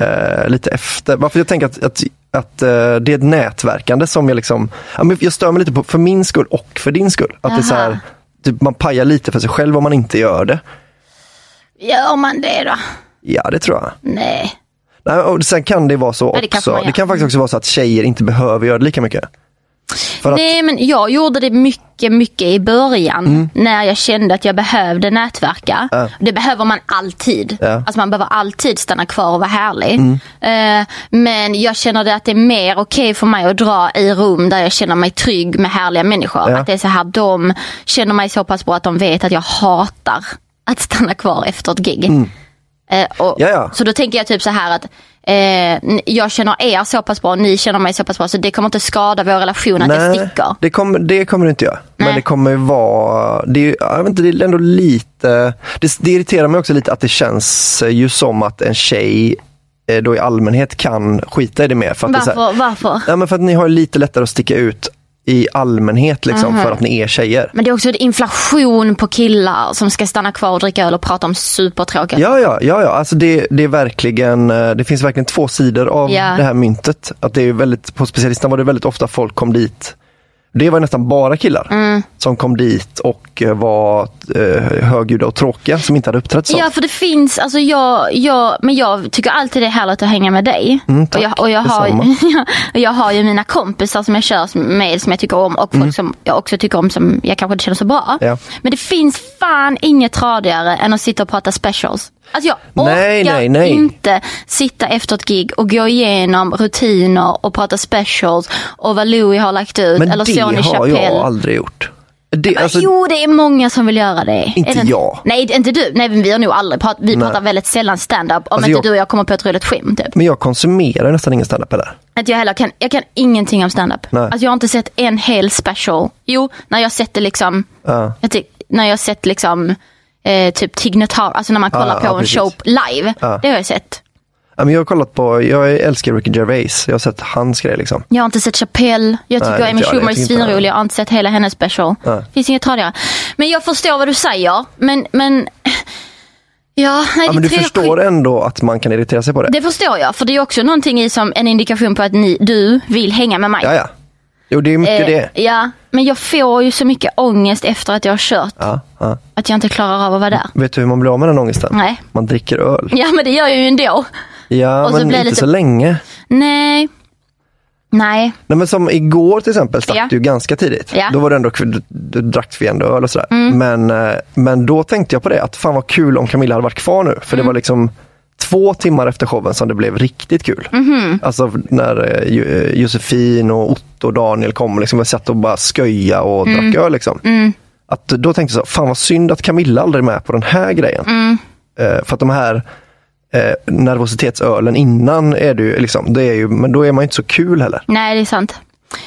eh, lite efter. Varför jag tänker att, att, att eh, det är ett nätverkande som jag liksom, ja, men jag stör mig lite på för min skull och för din skull. Att det är så här, Jaha. typ, man pajar lite för sig själv om man inte gör det. Gör man det då? Ja, det tror jag. Nej. Nej, och sen kan det vara så Ja, det kan också. man göra. det kan faktiskt också vara så att tjejer inte behöver göra det lika mycket. För att, Nej men jag gjorde det mycket, mycket i början. Mm. När jag kände att jag behövde nätverka. Det behöver man alltid. Ja. Mm. Alltså man behöver alltid stanna kvar och vara härlig. Eh, men jag känner det att det är mer okej för mig att dra i rum där jag känner mig trygg med härliga människor. Ja. Att det är så här, de känner mig så pass bra att de vet att jag hatar att stanna kvar efter ett gig. Eh, och, Mm. Ja, ja. Så då tänker jag typ så här att eh, n- jag känner er så pass bra, ni känner mig så pass bra så det kommer inte skada vår relation att jag sticker. det kommer, det kommer du inte göra. Men Nej. det kommer ju vara, det är, ju- jag vet inte, det är ändå lite, det, det irriterar mig också lite att det känns eh, ju som att en tjej eh, då i allmänhet kan skita i det mer. För att Det är så här, Varför? Varför? ja, men för att ni har ju lite lättare att sticka ut i allmänhet liksom Mhm. för att ni är tjejer. Men det är också en inflation på killar som ska stanna kvar och dricka öl och prata om supertråkiga Ja, ja, ja, ja. Alltså det, det är verkligen, eh, det finns verkligen två sidor av Ja. det här myntet. Att det är ju väldigt, på specialisterna var det väldigt ofta folk kom dit, det var nästan bara killar Mm. som kom dit och eh, var eh, högljudda och tråkiga som inte hade uppträtt så. Ja för det finns, alltså jag, jag, men jag tycker alltid det är härligt att hänga med dig. Mm, och jag, och jag, har, och jag har ju mina kompisar som jag kör med som jag tycker om och folk som jag också tycker om som jag kanske inte känner så bra. Mm. Ja. Men det finns fan inget tradigare än att sitta och prata specials. Alltså jag orkar Nej, nej, nej. inte sitta efter ett gig och gå igenom rutiner och prata specials och vad Louis har lagt ut Men eller det Sonny har jag Chapelle. aldrig gjort. Det, alltså, Jo, det är många som vill göra det. Inte är det jag. Nej, inte du. Nej, men vi har nog aldrig pratat, vi Nej. pratar väldigt sällan stand-up. Om Alltså, inte jag- du och jag kommer på ett rulligt skämt. Typ. men jag konsumerar nästan ingen standup heller. Att jag, heller kan, jag kan ingenting om stand-up. Nej. Alltså, jag har inte sett en hel special. Jo, när jag sett det liksom, Ja. jag ty- när jag sett liksom eh, typ Tignatar, alltså när man kollar Ja, på ja, en precis. show live. Det har jag sett. Ja, men Jag har kollat på, jag älskar Ricky Gervais, jag har sett hans grej liksom. Jag har inte sett Chapelle. Jag tycker Nej, Amy inte jag. Schumer är Jag tycker inte- svinrolig. Jag har inte sett hela hennes special. Finns inget tradigare. Men jag förstår vad du säger. Men, men... Ja, nej, Ja, men det du är tre förstår ändå att man kan irritera sig på det. Det förstår jag, för det är också någonting i som en indikation på att ni, du vill hänga med mig. Ja, ja. Jo, det är mycket Eh, det. ja, men jag får ju så mycket ångest efter att jag har kört Ja, ja. att jag inte klarar av att vara där. Vet du hur man blir av med den ångesten? Nej. Man dricker öl. Ja, men det gör jag ju ändå. Ja, Och så men blir inte det typ lite- så länge. Nej. Nej. Nej, men som igår till exempel stack Ja. du ganska tidigt. Ja. Mm. Då var det ändå, du, du drack vi ändå öl och sådär. Men, eh, men då tänkte jag på det, att fan vad kul om Camilla hade varit kvar nu. För Mm. det var liksom två timmar efter showen som det blev riktigt kul. Mm-hmm. Alltså när eh, Jo- eh, Josefin och Otto och Daniel kom och liksom, jag satt och bara sköja och drack Mm. öl. Liksom. Att, då tänkte jag så, fan vad synd att Camilla aldrig är med på den här grejen. Mm. Eh, för att de här eh, nervositetsölen innan är det ju, liksom, det är ju, men då är man ju inte så kul heller. Nej, det är sant.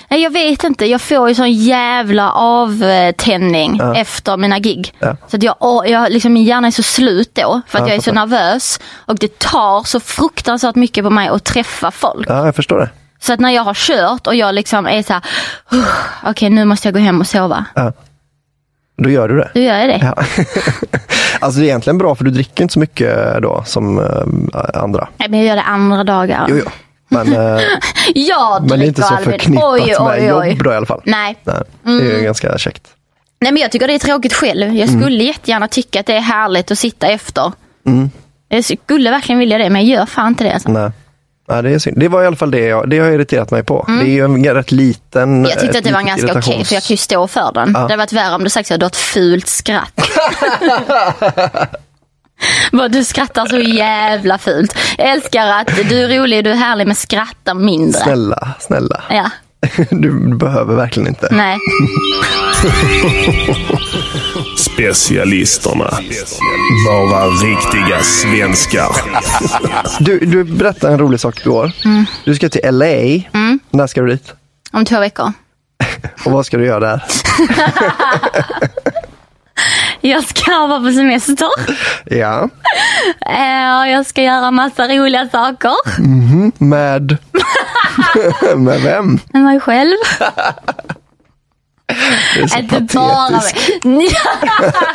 Nej, jag vet inte. Jag får ju sån jävla avtändning efter mina gig. Ja. Så att jag, åh, jag, liksom, min hjärna är så slut då för att Ja, jag är så fattar. nervös. Och det tar så fruktansvärt mycket på mig att träffa folk. Ja, jag förstår det. Så att när jag har kört och jag liksom är så här, "Huh, okej nu måste jag gå hem och sova. Då gör du det. Då gör jag det. Ja. alltså det är egentligen bra för du dricker inte så mycket då som eh, andra. Men jag gör det andra dagar. Jo, jo. Men, eh, Jag dricker men det är inte så Albin. förknippat oj, Mm. med oj, oj. jobb då i alla fall. Nej. Nej, det är ju ganska käckt. Nej men jag tycker det är tråkigt själv. Jag Mm. skulle jättegärna tycka att det är härligt att sitta efter. Mm. Jag skulle verkligen vilja det men jag gör fan inte det. Alltså. Nej. Nej, det är synd. Det var i alla fall det jag, det har jag irriterat mig på. Det är ju en rätt liten... Mm. Jag tyckte att det var en ganska okej för jag kan ju stå för den. Det hade varit värre om du sagt att jag hade ett fult skratt. Bara, du skrattar så jävla fult. Jag älskar att du är rolig, du är härlig men skratta mindre. Snälla, snälla. Ja, Du behöver verkligen inte. nej. Specialisterna. Bara riktiga svenskar. Du, du berättade en rolig sak igår. Mm. Du ska till LA. När ska du dit? Om två veckor. Och vad ska du göra där? Jag ska vara på semester. Ja, Eh, och jag ska göra massa roliga saker. med... med vem? Med mig själv. Det är så Inte bara patetiskt. mig.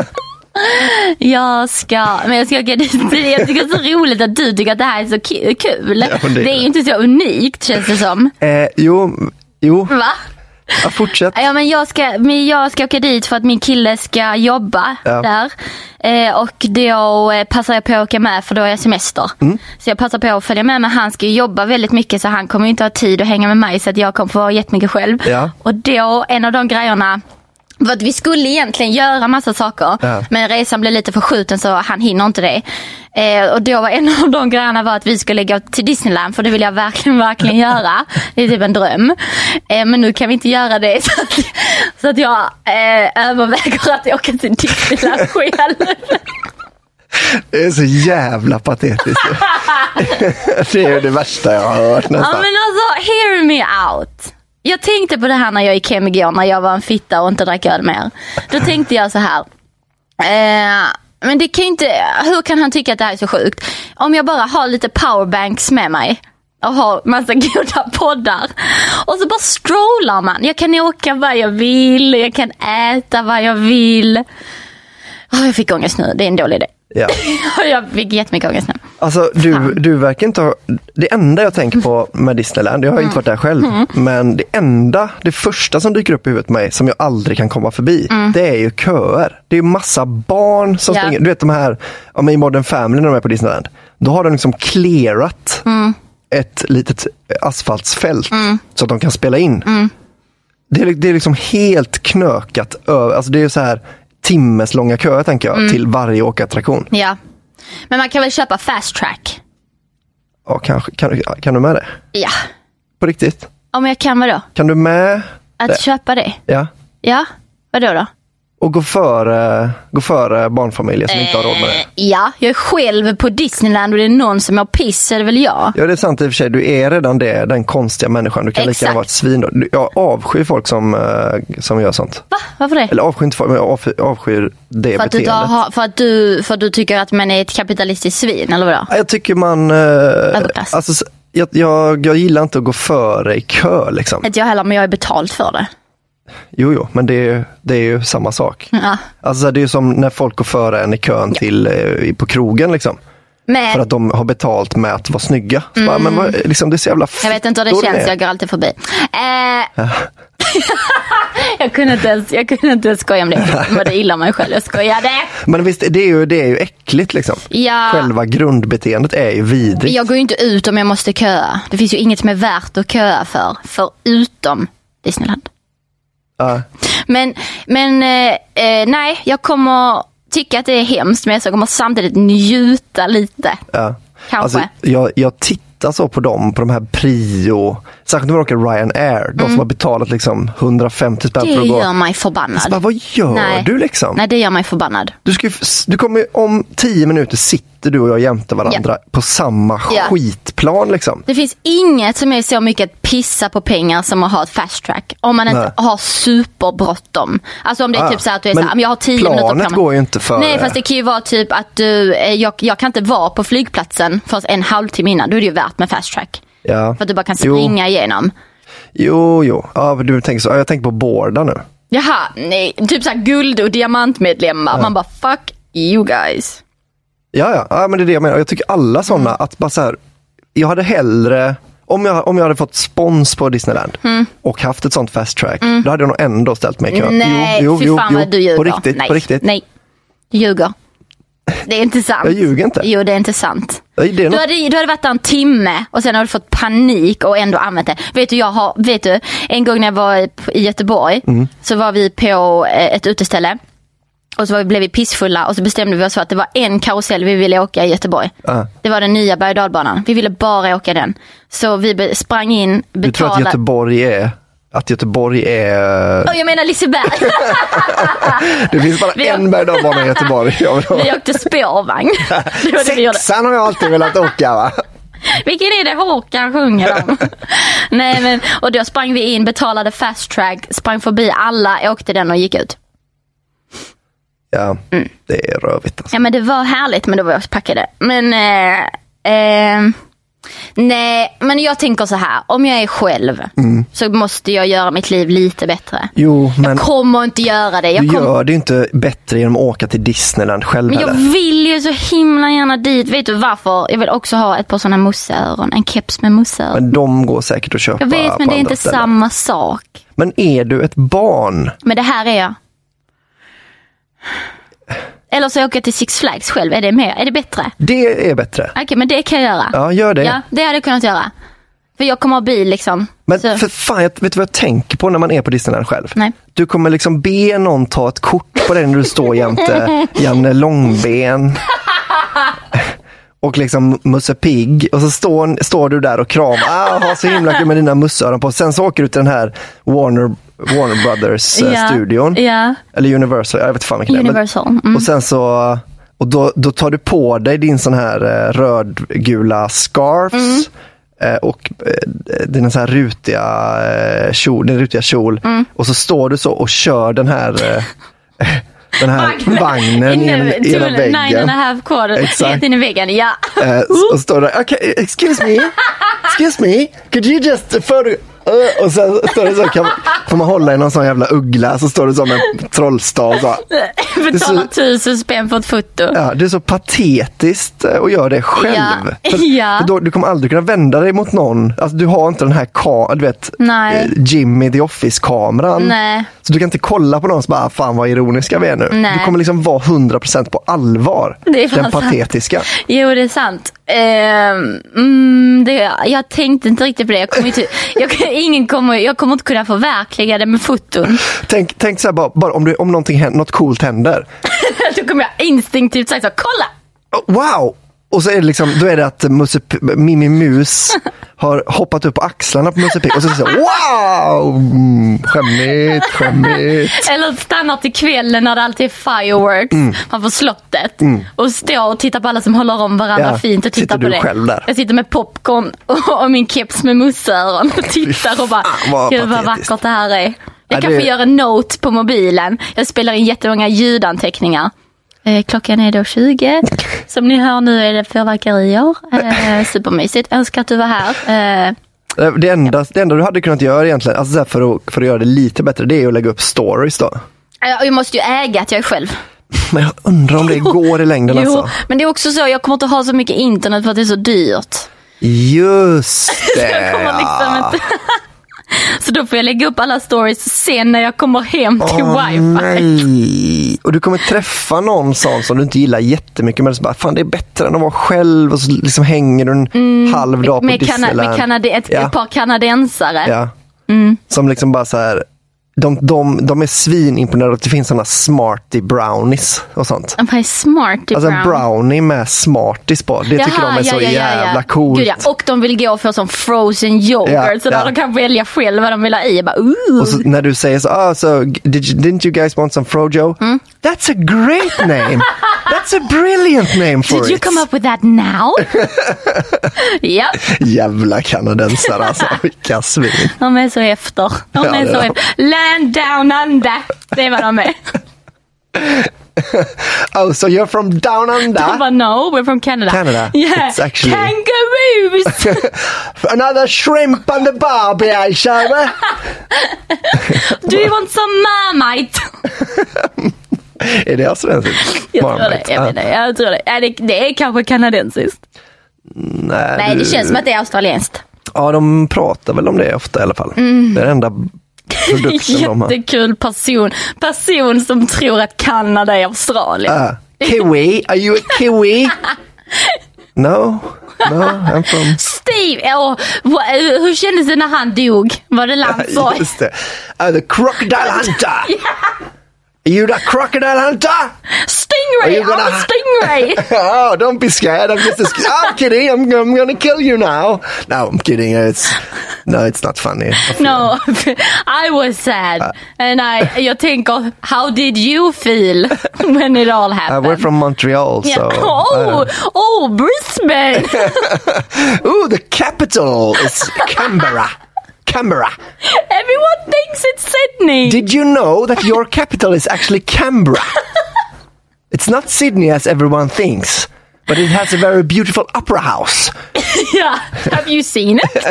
Jag ska, men jag ska åka dit. Jag tycker det är så roligt att du tycker att det här är så ki- kul. Ja, men det det, är är det. ju inte så unikt känns det som. Eh, jo, jo. Va? Ja, fortsätt. Ja men jag ska, men jag ska åka dit för att min kille ska jobba Ja. där. Eh, och då eh, passar jag på att åka med för då är jag semester. Mm. Så jag passar på att följa med men han ska ju jobba väldigt mycket så han kommer ju inte ha tid att hänga med mig så att jag kommer få vara jättemycket själv. Ja. Och då, en av de grejerna för att vi skulle egentligen göra massa saker Ja. men resan blev lite förskjuten så han hinner inte det. Eh, och då var en av de grejerna var att vi skulle gå till Disneyland för det vill jag verkligen, verkligen göra. Det är typ en dröm. Eh, men nu kan vi inte göra det så att, så att jag eh, överväger att åka till Disneyland själv. Det är så jävla patetiskt. det är ju det värsta jag har hört Ja nästan. men alltså, hear me out. Jag tänkte på det här när jag gick hem igår när jag var en fitta och inte drack öl mer. Då tänkte jag så här. Eh, men det kan ju inte, hur kan han tycka att det här är så sjukt? Om jag bara har lite powerbanks med mig och har massa goda poddar. Och så bara strollar man. Jag kan åka vad jag vill, jag kan äta vad jag vill. Åh, jag fick ångest nu, det är en dålig idé. Ja. jag fick jättemycket ångest nu. Alltså, du, du verkar inte ha... Det enda jag tänker på med Disneyland, jag har inte varit där själv, men det enda, det första som dyker upp i huvudet på mig som jag aldrig kan komma förbi, det är ju köer. Det är massa barn som Ja. springer. Du vet de här, ja, men i Modern Family när de är på Disneyland, då har de liksom clearat ett litet asfaltsfält så att de kan spela in. Det, är, det är liksom helt knökat. Över, alltså det är så här timmeslånga köer tänker jag, till varje åkattraktion. Ja. Men man kan väl köpa fast track? Ja, kanske. Kan, kan du med det? Ja. På riktigt? Ja men jag kan vadå? Kan du med? Att köpa det? Ja. Ja. Vadå då? Och gå före, gå före barnfamiljer som inte har råd med det. Ja, jag är själv på Disneyland och det är någon som har piss så är det väl jag. Ja, det är sant i och för sig. Du är redan det, den konstiga människan. Du kan lika gärna vara ett svin. då. Du- Jag avskyr folk som, eh, som gör sånt. Va? Varför det? Eller avskyr inte folk, men jag avskyr, avskyr det För att, du, inte beteendet. har, för, att du, för att du tycker att man är ett kapitalistiskt svin eller vadå? Ja, Jag tycker man... eh, Överklass. alltså, s- jag, jag, jag gillar inte att gå före i kö. Liksom. Inte jag heller men jag är betalt för det. Jo, jo, men det, är- det är ju samma sak. Ja. Alltså, det är ju som när folk går före en i kön till, eh, på krogen. Liksom. Men För att de har betalt med att vara snygga. Så bara, men vad, liksom, det är så jävla Mm. jag vet inte hur det fittor känns, är. jag går alltid förbi. Eh... jag, kunde inte ens, jag kunde inte ens skoja om det. Jag mådde illa om mig själv. Jag skojade. Men visst, det är ju, det är ju äckligt liksom. Ja. Själva grundbeteendet är ju vidrigt. Jag går ju inte ut om jag måste köa. Det finns ju inget som är värt att köa för, förutom Disneyland. Ja. Men, men eh, eh, nej, jag kommer tycka att det är hemskt, men jag kommer samtidigt njuta lite. Ja. Alltså, Kanske. jag, jag tittar så på dem, på de här prio, särskilt när man åker Ryanair, de som har betalat liksom 150 spänn för Mm. det att gå. gör mig Så bara, förbannad. vad gör Nej. du liksom? Nej, det gör mig förbannad. Du, ska, ju f- du kommer ju- om 10 minuter sitter du och jag jämte varandra på samma Ja. skitplan liksom. Det finns inget som är så mycket att pissa på pengar som att ha ett fast track. Om man inte Nej. har superbråttom. Alltså om det är Ah, typ så här att du är men så här, "Men jag har tio planet minuter på mig." går ju inte före. Nej fast det kan ju vara typ att du, eh, jag, jag kan inte vara på flygplatsen förrän en halvtimme innan. Då är det ju värt med fast track. Ja. För att du bara kan Jo. springa igenom. Jo, jo. Ja, men du tänker så. Ja, jag tänker på båda nu. Jaha, nej. Typ så här guld och diamantmedlemmar. Man bara fuck you guys. Mm. Ja, ja. ja men det är det jag menar. Jag tycker alla sådana, att bara så här, jag hade hellre Om jag, om jag hade fått spons på Disneyland Mm. och haft ett sånt fast track, då hade jag nog ändå ställt mig i kö. Nej, fy fan vad du ljuger. På riktigt, Nej. på riktigt. Nej, du ljuger. Det är inte sant. Jag ljuger inte. Jo, det är inte sant. Nej, det är Du något- hade, du hade varit där en timme och sen har du fått panik och ändå använt det. Vet du, jag har, vet du en gång när jag var i, i Göteborg Mm. så var vi på eh, ett uteställe. Och så var vi, blev vi pissfulla och så bestämde vi oss för att det var en karusell vi ville åka i Göteborg. Ah. Det var den nya berg och dalbanan. Vi ville bara åka den. Så vi be, sprang in, betalade. Du tror att Göteborg är, att Göteborg är, Åh, jag menar Liseberg. det finns bara Vi- en berg och i Göteborg. Jag vill vi ha. åkte spårvagn. Det var det vi gjorde. Sexan har jag alltid velat åka va? Vilken är det Håkan sjunger om? Nej men, och då sprang vi in, betalade fast track, sprang förbi alla, åkte den och gick ut. Ja, Mm. det är rövigt alltså. Ja men det var härligt, men då var jag packade. Men, eh, eh, nej, men jag tänker så här, om jag är själv så måste jag göra mitt liv lite bättre. Jo, Mm. men Jag kommer inte göra det. du Jag kommer, gör det ju inte bättre genom att åka till Disneyland själv men jag heller. vill ju så himla gärna dit. Vet du varför? Jag vill också ha ett par sådana mosseöron, en keps med mosseöron. Men de går säkert att köpa Jag vet men på det är andra inte ställen. samma sak. Men är du ett barn? Men det här är jag. Eller så åker jag till Six Flags själv. Är det, mer? Är det bättre? Det är bättre. Okej, men det kan jag göra. Ja, gör det. Ja, det hade jag kunnat göra. För jag kommer ha bil liksom. Men så, för fan, jag, vet du vad jag tänker på när man är på Disneyland själv? Nej. Du kommer liksom be någon ta ett kort på dig när du står jämte Janne Långben och liksom Musse Pigg och så står, står du där och kramar, ah, har så himla kul med dina mussöron på. Sen så åker du till den här Warner, Warner eh, Ja, Brothers-studion. ja. Eller Universal, jag vet inte fan vilken Universal, det är. mm. Och sen så och då, då tar du på dig din sån här eh, rödgula scarfs Mm. eh, och eh, dina så här rutiga eh, kjol, din rutiga kjol Mm. och så står du så och kör den här eh, den här vagnen genom, Inne- genom tullen, Nine väggen. and a half quarter. Exakt. Rätt in i väggen, ja. Eh, och står där, okay, excuse me, excuse me, could you just, för, eh, och sen står det så, kan, får man hålla i någon sån jävla uggla så står det som en trollstav och så. Betalar så- tusen spänn för ett foto. Ja, det är så patetiskt eh, att göra det själv. Ja. För, Ja. för då, du kommer aldrig kunna vända dig mot någon. Alltså, du har inte den här ka, du vet, Nej. eh, Jimmy the Office-kameran. Nej. Så du kan inte kolla på någon som bara, "Ah, fan vad ironiska vi är nu. Nej. Du kommer liksom vara 100% på allvar. Det är fan den sant. patetiska. Jo, det är sant. Ehm, mm, det, jag tänkte inte riktigt på det. Jag kommer, inte, jag, kan- ingen kommer, jag kommer inte kunna förverkliga det med foton. Tänk, tänk så här, bara, bara om, du, om någonting, händer- något coolt händer. Då kommer jag instinktivt säga så, kolla! Oh, Wow! Och så är det liksom, då är det att Musse, P- Mimmi Mus har hoppat upp på axlarna på Musse Pigg och så säger wow! Mm, Skämmigt, skämmigt. Eller stannar till kvällen när det alltid är fireworks Mm. framför slottet. Och står och tittar på alla som håller om varandra Ja, fint och tittar sitter på du det. själv där? Jag sitter med popcorn och, och min keps med musseöron och tittar och bara, fan, vad gud vad patetiskt." vackert det här är. Jag Ja, kanske det- gör en note på mobilen. Jag spelar in jättemånga ljudanteckningar. Eh, Klockan är då 20. Som ni hör nu är det fyrverkerier. Eh, supermysigt. Önskar att du var här. Eh, Det enda, det enda du hade kunnat göra egentligen, alltså så här för, att, för att göra det lite bättre, det är att lägga upp stories då. jag måste ju äga att jag är själv. Men jag undrar om det går i längden Jo, alltså. men det är också så, jag kommer inte ha så mycket internet för att det är så dyrt. Just Jag det! kommer liksom inte... Så då får jag lägga upp alla stories sen när jag kommer hem till Åh, wifi. nej. Och du kommer träffa någon sån som du inte gillar jättemycket men så bara, fan det är bättre än att vara själv och så liksom hänger du en halv dag på Mm, Med, kana- Disneyland. med Mm. kanade- ett, Ja. ett par kanadensare. Ja. Som liksom bara så här, de, de, de är svinimponerade att det finns såna smarty brownies och sånt. Vad är smarty Alltså en brown? brownie med smarties på. Det tycker Jaha, de är så jävla coolt. Gud, ja. Och de vill gå för sån frozen yoghurt. Ja, så där ja. de kan välja själv vad de vill ha i. Jag bara, ooh. Och så, när du säger så, ah, so, did you, didn't you guys want some Frojo? Mm. That's a great name! That's a brilliant name for Did it! you come up with that now? ja, Jävla kanadensare alltså, vilka svin. de är så efter. De Ja, är det så är de. efter. Land down under. Det är vad de är. Oh, so you're from down De bara, under? no, we're from Canada. Canada? Yeah. It's actually- Kangaroos! Another shrimp on the barbie, I shall. Do you want some marmite? Är det australiensiskt? Jag tror det. Marmite. Jag, Ah, menar, jag tror det. Ja, det. Det är kanske kanadensiskt. nej, Nej, du- det känns som att det är australienskt. Ja, de pratar väl om det ofta i alla fall. Mm. Det är den enda produkten de har. Jättekul person. Person som tror att Kanada är Australien. Ah, kiwi, are you a kiwi? no, no, I'm from... Steve, åh, vad- hur kändes det när han dog? Var det landsorg? Just det. Ah, the crocodile hunter! Are you the crocodile hunter? Are Stingray! you gonna- I'm a stingray! Oh, don't be scared. I'm just a sc- I'm kidding. I'm, I'm gonna kill you now. No, I'm kidding. It's no, it's not funny. No, I was Ah. sad. And I, jag tänker, how did you feel when it all Uh, happened? we're from Montreal, Yeah. so Oh, oh, Brisbane! ooh, the capital is Canberra. Canberra. Everyone thinks it's Sydney. Did you know that your capital is actually Canberra? It's not Sydney as everyone thinks, but it has a very beautiful opera house. yeah. Have you seen it?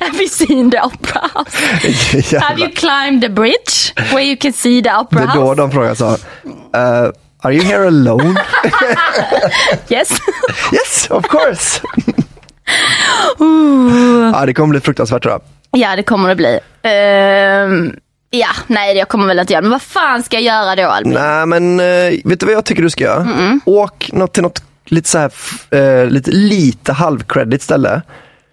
Have you seen the opera house? Have you climbed the bridge where you can see the Det opera är då house? de frågar så. Uh, are you here alone? Yes. yes, of course. ja, det kommer bli fruktansvärt tror jag. ja, det kommer det bli. Ehm, ja, nej det kommer väl inte göra. Men vad fan ska jag göra då Albin? Nej men eh, vet du vad jag tycker du ska göra? Åk något till något lite så här, f- eh, lite, lite halvcredit ställe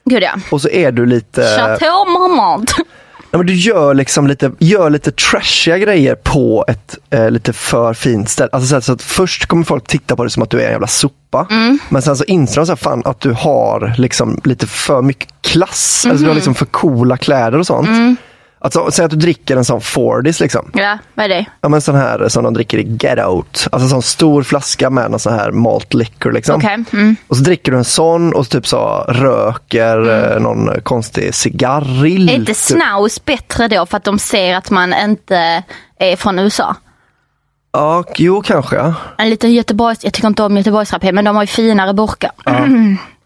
Gud ja. och så är du lite, Chateau Marmont. nej, men du gör liksom lite, gör lite trashiga grejer på ett eh, lite för fint ställe. Alltså så, här, så att först kommer folk titta på dig som att du är en jävla sopa. Mm. Men sen så inser de så här, fan, att du har liksom lite för mycket klass, alltså Mhm. du har liksom för coola kläder och sånt. Mm. Alltså, säg att du dricker en sån Fordis liksom. Ja, vad är det? Ja men sån här som de dricker i Get Out. Alltså sån stor flaska med någon sån här malt liquor liksom. Okej, mm. Och så dricker du en sån och så typ så röker eh, någon konstig cigarrill. Mm. Är inte typ. snaus bättre då för att de ser att man inte är från USA? Ja, k- jo kanske. ja. En liten Göteborgs, jag tycker inte om Göteborgsrapé men de har ju finare burkar.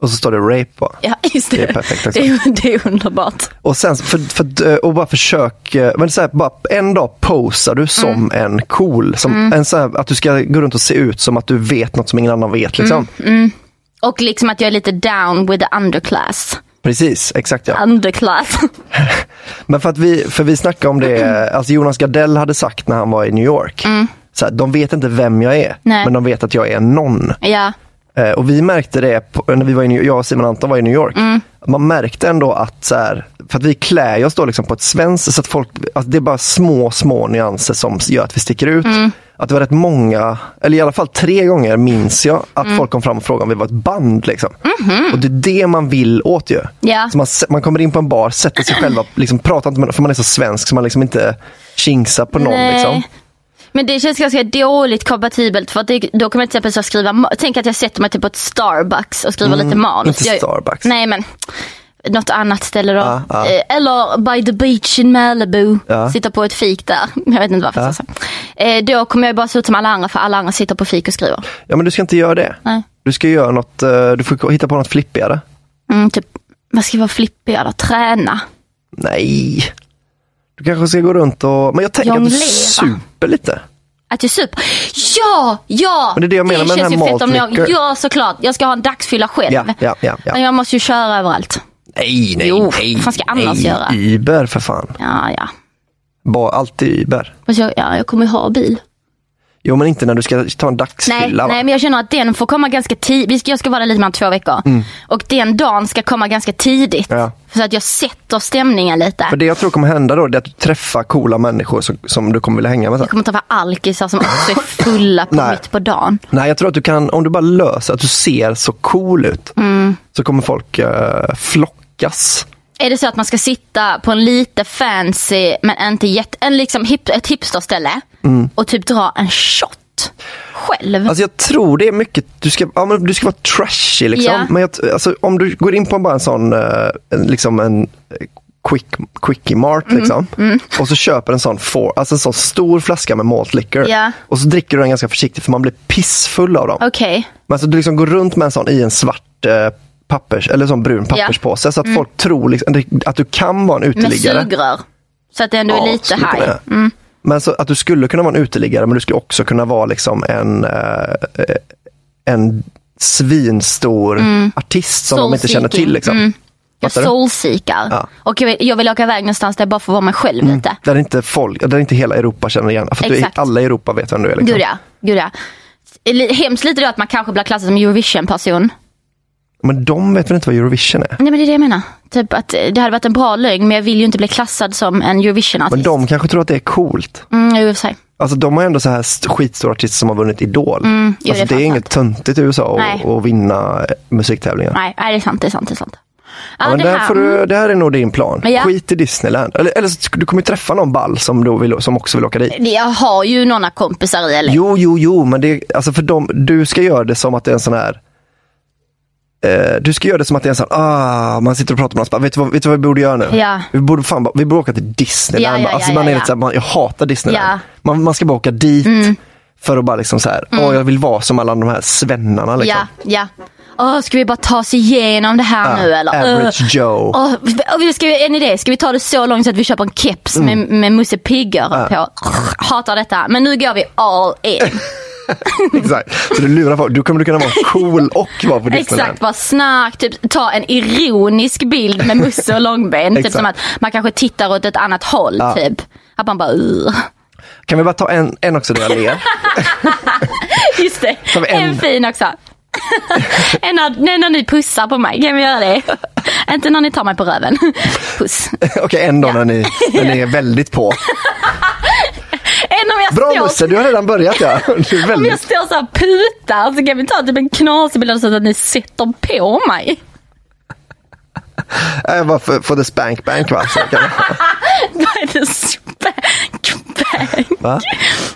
Och så står det rape på. Ja, just det. Det är perfekt också. Det är, det är underbart. Och sen, för, för, eh, och bara försök, eh, men så här, bara en dag posar du som en cool. Som en så här, att du ska gå runt och se ut som att du vet något som ingen annan vet liksom. Och liksom att jag är lite down with the underclass. Precis, exakt ja. Underclass. Men för att vi, för vi snackade om det, alltså Jonas Gardell hade sagt när han var i New York, så här, de vet inte vem jag är, Nej. men de vet att jag är någon. ja. Eh, och vi märkte det, på, när vi var i New, jag och Simon Anton var i New York, Mm. man märkte ändå att, så här, för att vi klär oss då liksom på ett svenskt, så att folk, alltså det är bara små, små nyanser som gör att vi sticker ut. Mm. Att det var rätt många, eller i alla fall tre gånger minns jag, att Mm. folk kom fram och frågade om vi var ett band. Liksom. Och det är det man vill åt ju. Mhm. Ja. Så man, s- man kommer in på en bar, sätter sig själva, liksom, pratar inte med någon, för man är så svensk så man liksom inte kingsar på någon. Nej. Liksom. Men det känns ganska dåligt kompatibelt för att det, då kommer jag till exempel så skriva, ma- tänk att jag sätter mig typ på ett Starbucks och skriver lite manus. Mm, inte jag, Starbucks. Nej men, något annat ställe då. Ja, ja. Eh, Eller by the beach in Malibu, Ja. sitta på ett fik där. Jag vet inte varför jag sa så. Eh, Då kommer jag bara se ut som alla andra för alla andra sitter på fik och skriver. Ja men du ska inte göra det. Nej. Du ska göra något, eh, du får hitta på något flippigare. Mm, typ, vad ska jag vara flippigare då? Träna? Nej. Du kanske ska gå runt och... Men jag tänker att du Jonglera. super lite. Att jag super? Ja, ja! Men det är det jag menar med den känns här ju fett om maltliquor. jag, Ja, såklart. Jag ska ha en dagsfylla själv. Ja, ja, ja, ja. Men jag måste ju köra överallt. Nej, nej, Jo, vad fan ska jag annars göra? Uber för fan. Ja, ja. Bara alltid Uber. Fast jag, ja, jag kommer ju ha bil. Jo men inte när du ska ta en Nej, dagsfylla va? nej, men jag känner att den får komma ganska tidigt. Jag ska vara där lite mer än två veckor. Och den dagen ska komma ganska tidigt. Mm. Ja. Så att jag sätter stämningen lite. För det jag tror kommer hända då, det är att du träffar coola människor som, som du kommer vilja hänga med sen. Jag kommer träffa alkisar som också är fulla på Nej. mitt på dagen. Nej, jag tror att du kan, om du bara löser att du ser så cool ut, Mm. så kommer folk eh, flockas. Är det så att man ska sitta på en lite fancy men inte jätte, en liksom hip, ett hipsterställe och typ dra en shot själv? Mm. Alltså jag tror det är mycket, du ska, ja, men du ska vara trashy liksom. Ja. Men jag, t- alltså, om du går in på en, bara en sån, eh, en- liksom en eh, quick, quickie mart Mm-hmm. liksom. Mm. Och så köper en sån, four, alltså en sån stor flaska med malt liquor. Ja. Och så dricker du den ganska försiktigt för man blir pissfull av dem. Okej, Men alltså, du liksom går runt med en sån i en svart eh, pappers, eller sån brun papperspåse. Så att Mm. folk tror liksom, att du kan vara en med uteliggare. sugrör. Så att det ändå är lite Mm. skulle kunna high. göra. Men så att du skulle kunna vara en uteliggare men du skulle också kunna vara liksom en, eh, eh, en svinstor artist som de inte känner Mm. Soul-seeking. Mm. till. Liksom. Jag Fattar du? soulseekar. Ja. Mm. Och jag vill, jag vill åka iväg någonstans där jag bara får vara mig själv lite. Där inte folk, där inte hela Europa känner igen. För att du, Exakt. alla i Europa vet vem du är. Liksom. Gud ja. Gud ja. Li- Hemskt lite då att man kanske blir klassad som Eurovision-person. Men de vet väl inte vad Eurovision är? Nej men det är det jag menar. Typ att eh, det hade varit en bra lögn men jag vill ju inte bli klassad som en Men Eurovision-artist. de kanske tror att det är coolt. Mm, i och för sig. Alltså de har ändå så här st- skitstora artister som har vunnit Idol. Mm. jo, alltså, det det är är, fan inget töntigt i USA Nej. att- att vinna eh, musiktävlingar. Nej, nej, det är sant, det är sant, det är sant. Ja, men det där här- Mm. får du, det här är nog din plan. Ja. Skit i Disneyland. Eller, eller så, du kommer ju träffa någon ball som, då vill, som också vill åka dit. Mm, Jag har ju några kompisar i LA. Jo, jo, jo, men det, alltså för dem, du ska göra det som att det är en sån här eh, du ska göra det som att det är en sån, ah, man sitter och pratar med någon, så bara, vet, du vad, vet du vad vi borde göra nu? Ja. Vi, borde fan, bara- vi borde åka till Disneyland. Ja, ja, Bara, alltså, ja, man ja, är ja. lite så här, man, jag hatar Disneyland. Ja. Mm. Man, man ska bara åka dit för att bara liksom så här, åh jag vill vara som alla de här svennarna. Liksom. Ja, ja. Åh, ska vi bara ta oss igenom det här Ja, nu eller? average Joe. Åh, vi- ska vi, en idé, ska vi ta det så långt så att vi köper en keps med, Mm. med Musse Piggar på? Hatar detta, men nu går vi all in. Exakt. Så du lurar folk, du kommer du kunna vara cool och vara på Disneyland. Exakt, bara snark, typ ta en ironisk bild med Musse och Långben. typ Exakt. som att man kanske tittar åt ett annat håll, typ. Att man bara, "Ugh." Kan vi bara ta en, en också där jag ler? just det, Som en. en- fin också. en när, nej, när ni pussar på mig, kan vi göra det? Inte när ni tar mig på röven. Puss. Okej, en dag när, ni, när ni är väldigt på. Än om jag Bra står, Musse, du har redan börjat ja. Du är om jag väldigt... står så här putar så kan vi ta typ en knasig bild så att ni sätter på mig. Jag bara för, för the spank bank va? Så kan... Vad är det spank bank? va?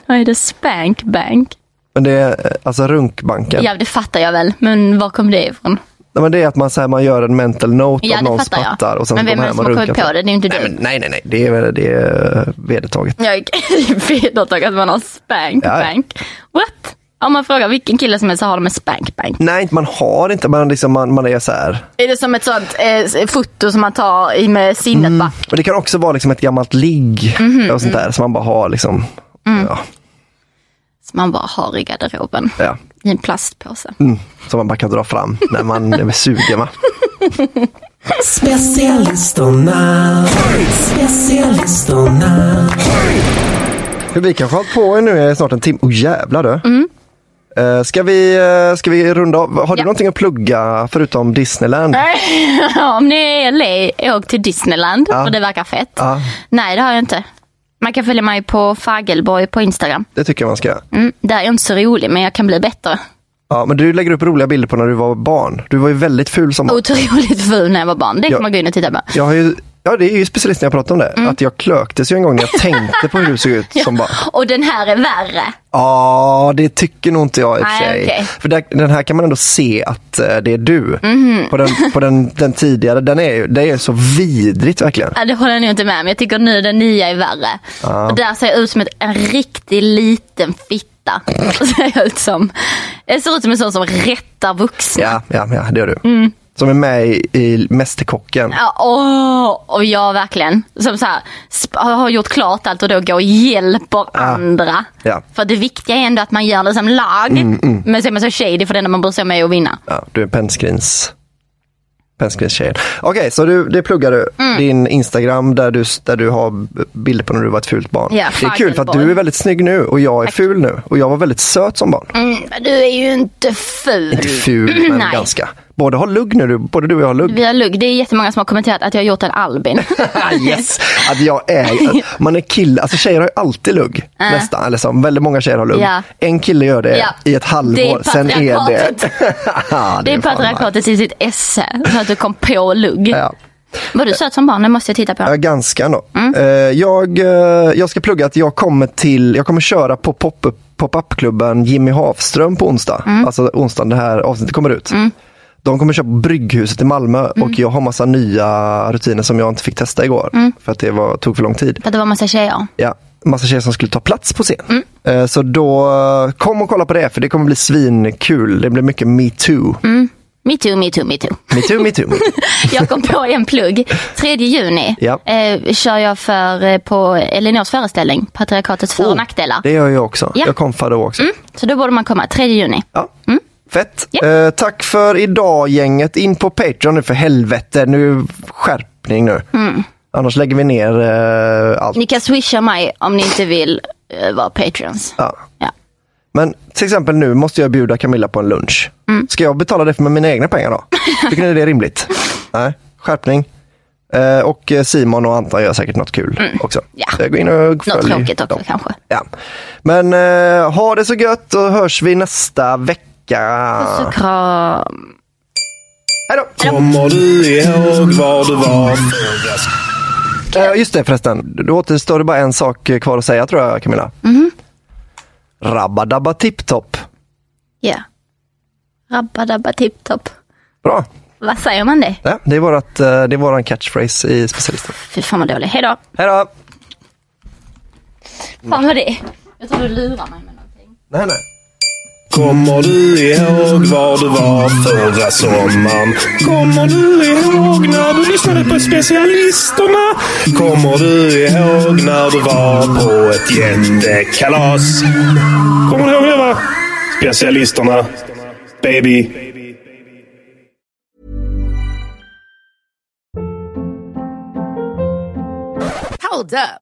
Vad är det spank bank? Men det är eh, alltså runkbanken. Ja det fattar jag väl, men var kom det ifrån? Nej, Men det är att man, så här, man gör en mental note Ja av det någons fattar pattar och jag. sen Men går vem man är hem det och som har runkar. kommit på det? Det är ju inte Nej, men du. nej, nej, nej, det är, väl- det är eh, vedertaget. Jag vet dock att man har spank Ja, ja. bank. What? Om man frågar vilken kille som helst så har de en spank bank. Nej, man har inte, man, liksom, man, man är så här. Är det som ett sånt eh, foto som man tar i med sinnet bara? Men det kan också vara liksom ett gammalt ligg Mhm, och sånt mm. där som man bara har liksom. Ja, Som man bara har i garderoben. ja. I en plastpåse. Som man bara kan dra fram när man är sugen va? Specialisterna. Vi kanske har hållit på nu i snart en timme. Åh jävlar du. Eh, Ska vi, eh, ska vi runda av? Har du Mm. Ja. någonting att plugga förutom Disneyland? Ja, om ni är i LA, åk till Disneyland för det verkar fett. Ja. Nej, det har jag inte. Man kan följa mig på Fagelborg på Instagram. Det tycker jag man ska göra. Mm, där är jag inte så rolig, men jag kan bli bättre. Ja, men du lägger upp roliga bilder på när du var barn. Du var ju väldigt ful som barn. Otroligt ful när jag var barn. Det kan Ja. man gå in och titta på. Jag har ju, ja, det är ju specialisten jag pratade om det. Mm. Att jag klöktes ju en gång när jag tänkte på hur du såg ut som barn. Och den här är värre. Ja, det tycker nog inte jag i och för Nej, sig. okej. För där, den här kan man ändå se att eh, det är du. Mhm. På, den, på den, den tidigare, den är ju det är så vidrigt verkligen. Ja, det håller jag nog inte med om. Jag tycker nu den nya är värre. Och där ser jag ut som ett, en riktig liten fitta. ser jag, ut som, jag ser ut som en sån som rättar vuxna. Ja, ja, ja det är du. Som är med i, i Mästerkocken. Mm. Ja, åh, och jag verkligen. Som så här, sp- har gjort klart allt och då går och hjälper andra. Ja. Mm, För det viktiga är ändå att man gör det som lag. Men så är man så shady för det enda man bryr sig om är att vinna. Ja, du är penskrins... Penskrins-tjejen. Okej, så du, det pluggar du. Mm. Din Instagram där du, där du har b- bilder på när du var ett fult barn. Ja, det är kul för att faggelbarn. du är väldigt snygg nu och jag är ful nu. Och jag var väldigt söt som barn. Mm, men du är ju inte ful. Inte ful, men Nej. ganska. Både har lugg nu, du- både du och jag har lugg. Vi har lugg. Det är jättemånga som har kommenterat att jag har gjort en Albin. yes. Att jag är, att man är kille, alltså tjejer har ju alltid lugg. Nästan, eller så. Väldigt många tjejer har lugg. Ja. En kille gör det Ja. Eh, i ett Det är halvår, sen är det... patriarkatet. Ja, Det är fan nice. patriarkatet i sitt esse. Så att du kom på lugg. Ja. Var du söt som barn? Det måste jag titta på. Ja, ganska ändå. Mm. Eh, jag, eh, jag ska plugga att jag kommer till, jag kommer köra på pop-up- pop-up-klubben Jimmy Hafström på onsdag. Mm. Alltså onsdagen det här avsnittet kommer ut. De kommer köra på Brygghuset i Malmö Mm. och jag har massa nya rutiner som jag inte fick testa igår. För att det var, tog för lång tid. För att det var massa tjejer. ja, massa tjejer som skulle ta plats på scen. Mm. Eh, Så då eh, kom och kolla på det för det kommer bli svinkul. Det blir mycket metoo. Mm. Me too, me too, me too. Metoo, metoo. metoo. Jag kom på en plugg. 3 juni Ja. eh, kör jag för, eh, på Elinors föreställning, Oh. Patriarkatets för och nackdelar. Det gör jag också. Ja. Jag konfar då också. Så då borde man komma, 3 juni. Ja. Fett. Mm. Ja. Eh, tack för idag gänget. In på Patreon nu för helvete. Nu skärpning nu. Annars lägger vi ner eh, allt. Mm. Ni kan swisha mig om ni inte vill eh, vara patrons. Ja. Ja. Men till exempel nu måste jag bjuda Camilla på en lunch. Mm. Ska jag betala det för med mina egna pengar då? Tycker ni det är rimligt? Nej, skärpning. Eh, och eh, Simon och Anton gör säkert något kul också. Mm. Ja. Så Gå in och Något följ tråkigt också dem. kanske. Ja. Men eh, ha det så gött och hörs vi nästa vecka. Så kram. Hej då! Kommer du ihåg var du var? Eh, just det förresten, då återstår det bara en sak kvar att säga tror jag Camilla. Mm. Mm-hmm. Rabba-dabba tipp-topp. Ja. Rabba-dabba tipp-topp. Bra, Vad säger man det? ja, det, är vårat, eh, det är våran catchphrase i specialisten. Fy fan vad dålig. Hejdå. Hej då! Fan vad det är. Jag tror du lurar mig med någonting. Nej, nej. Kommer du ihåg var du var förra sommaren? Kommer du ihåg när du lyssnade på specialisterna? Kommer du ihåg när du var på ett jättekalas? Kommer du ihåg det va? Specialisterna. Baby. Hold up.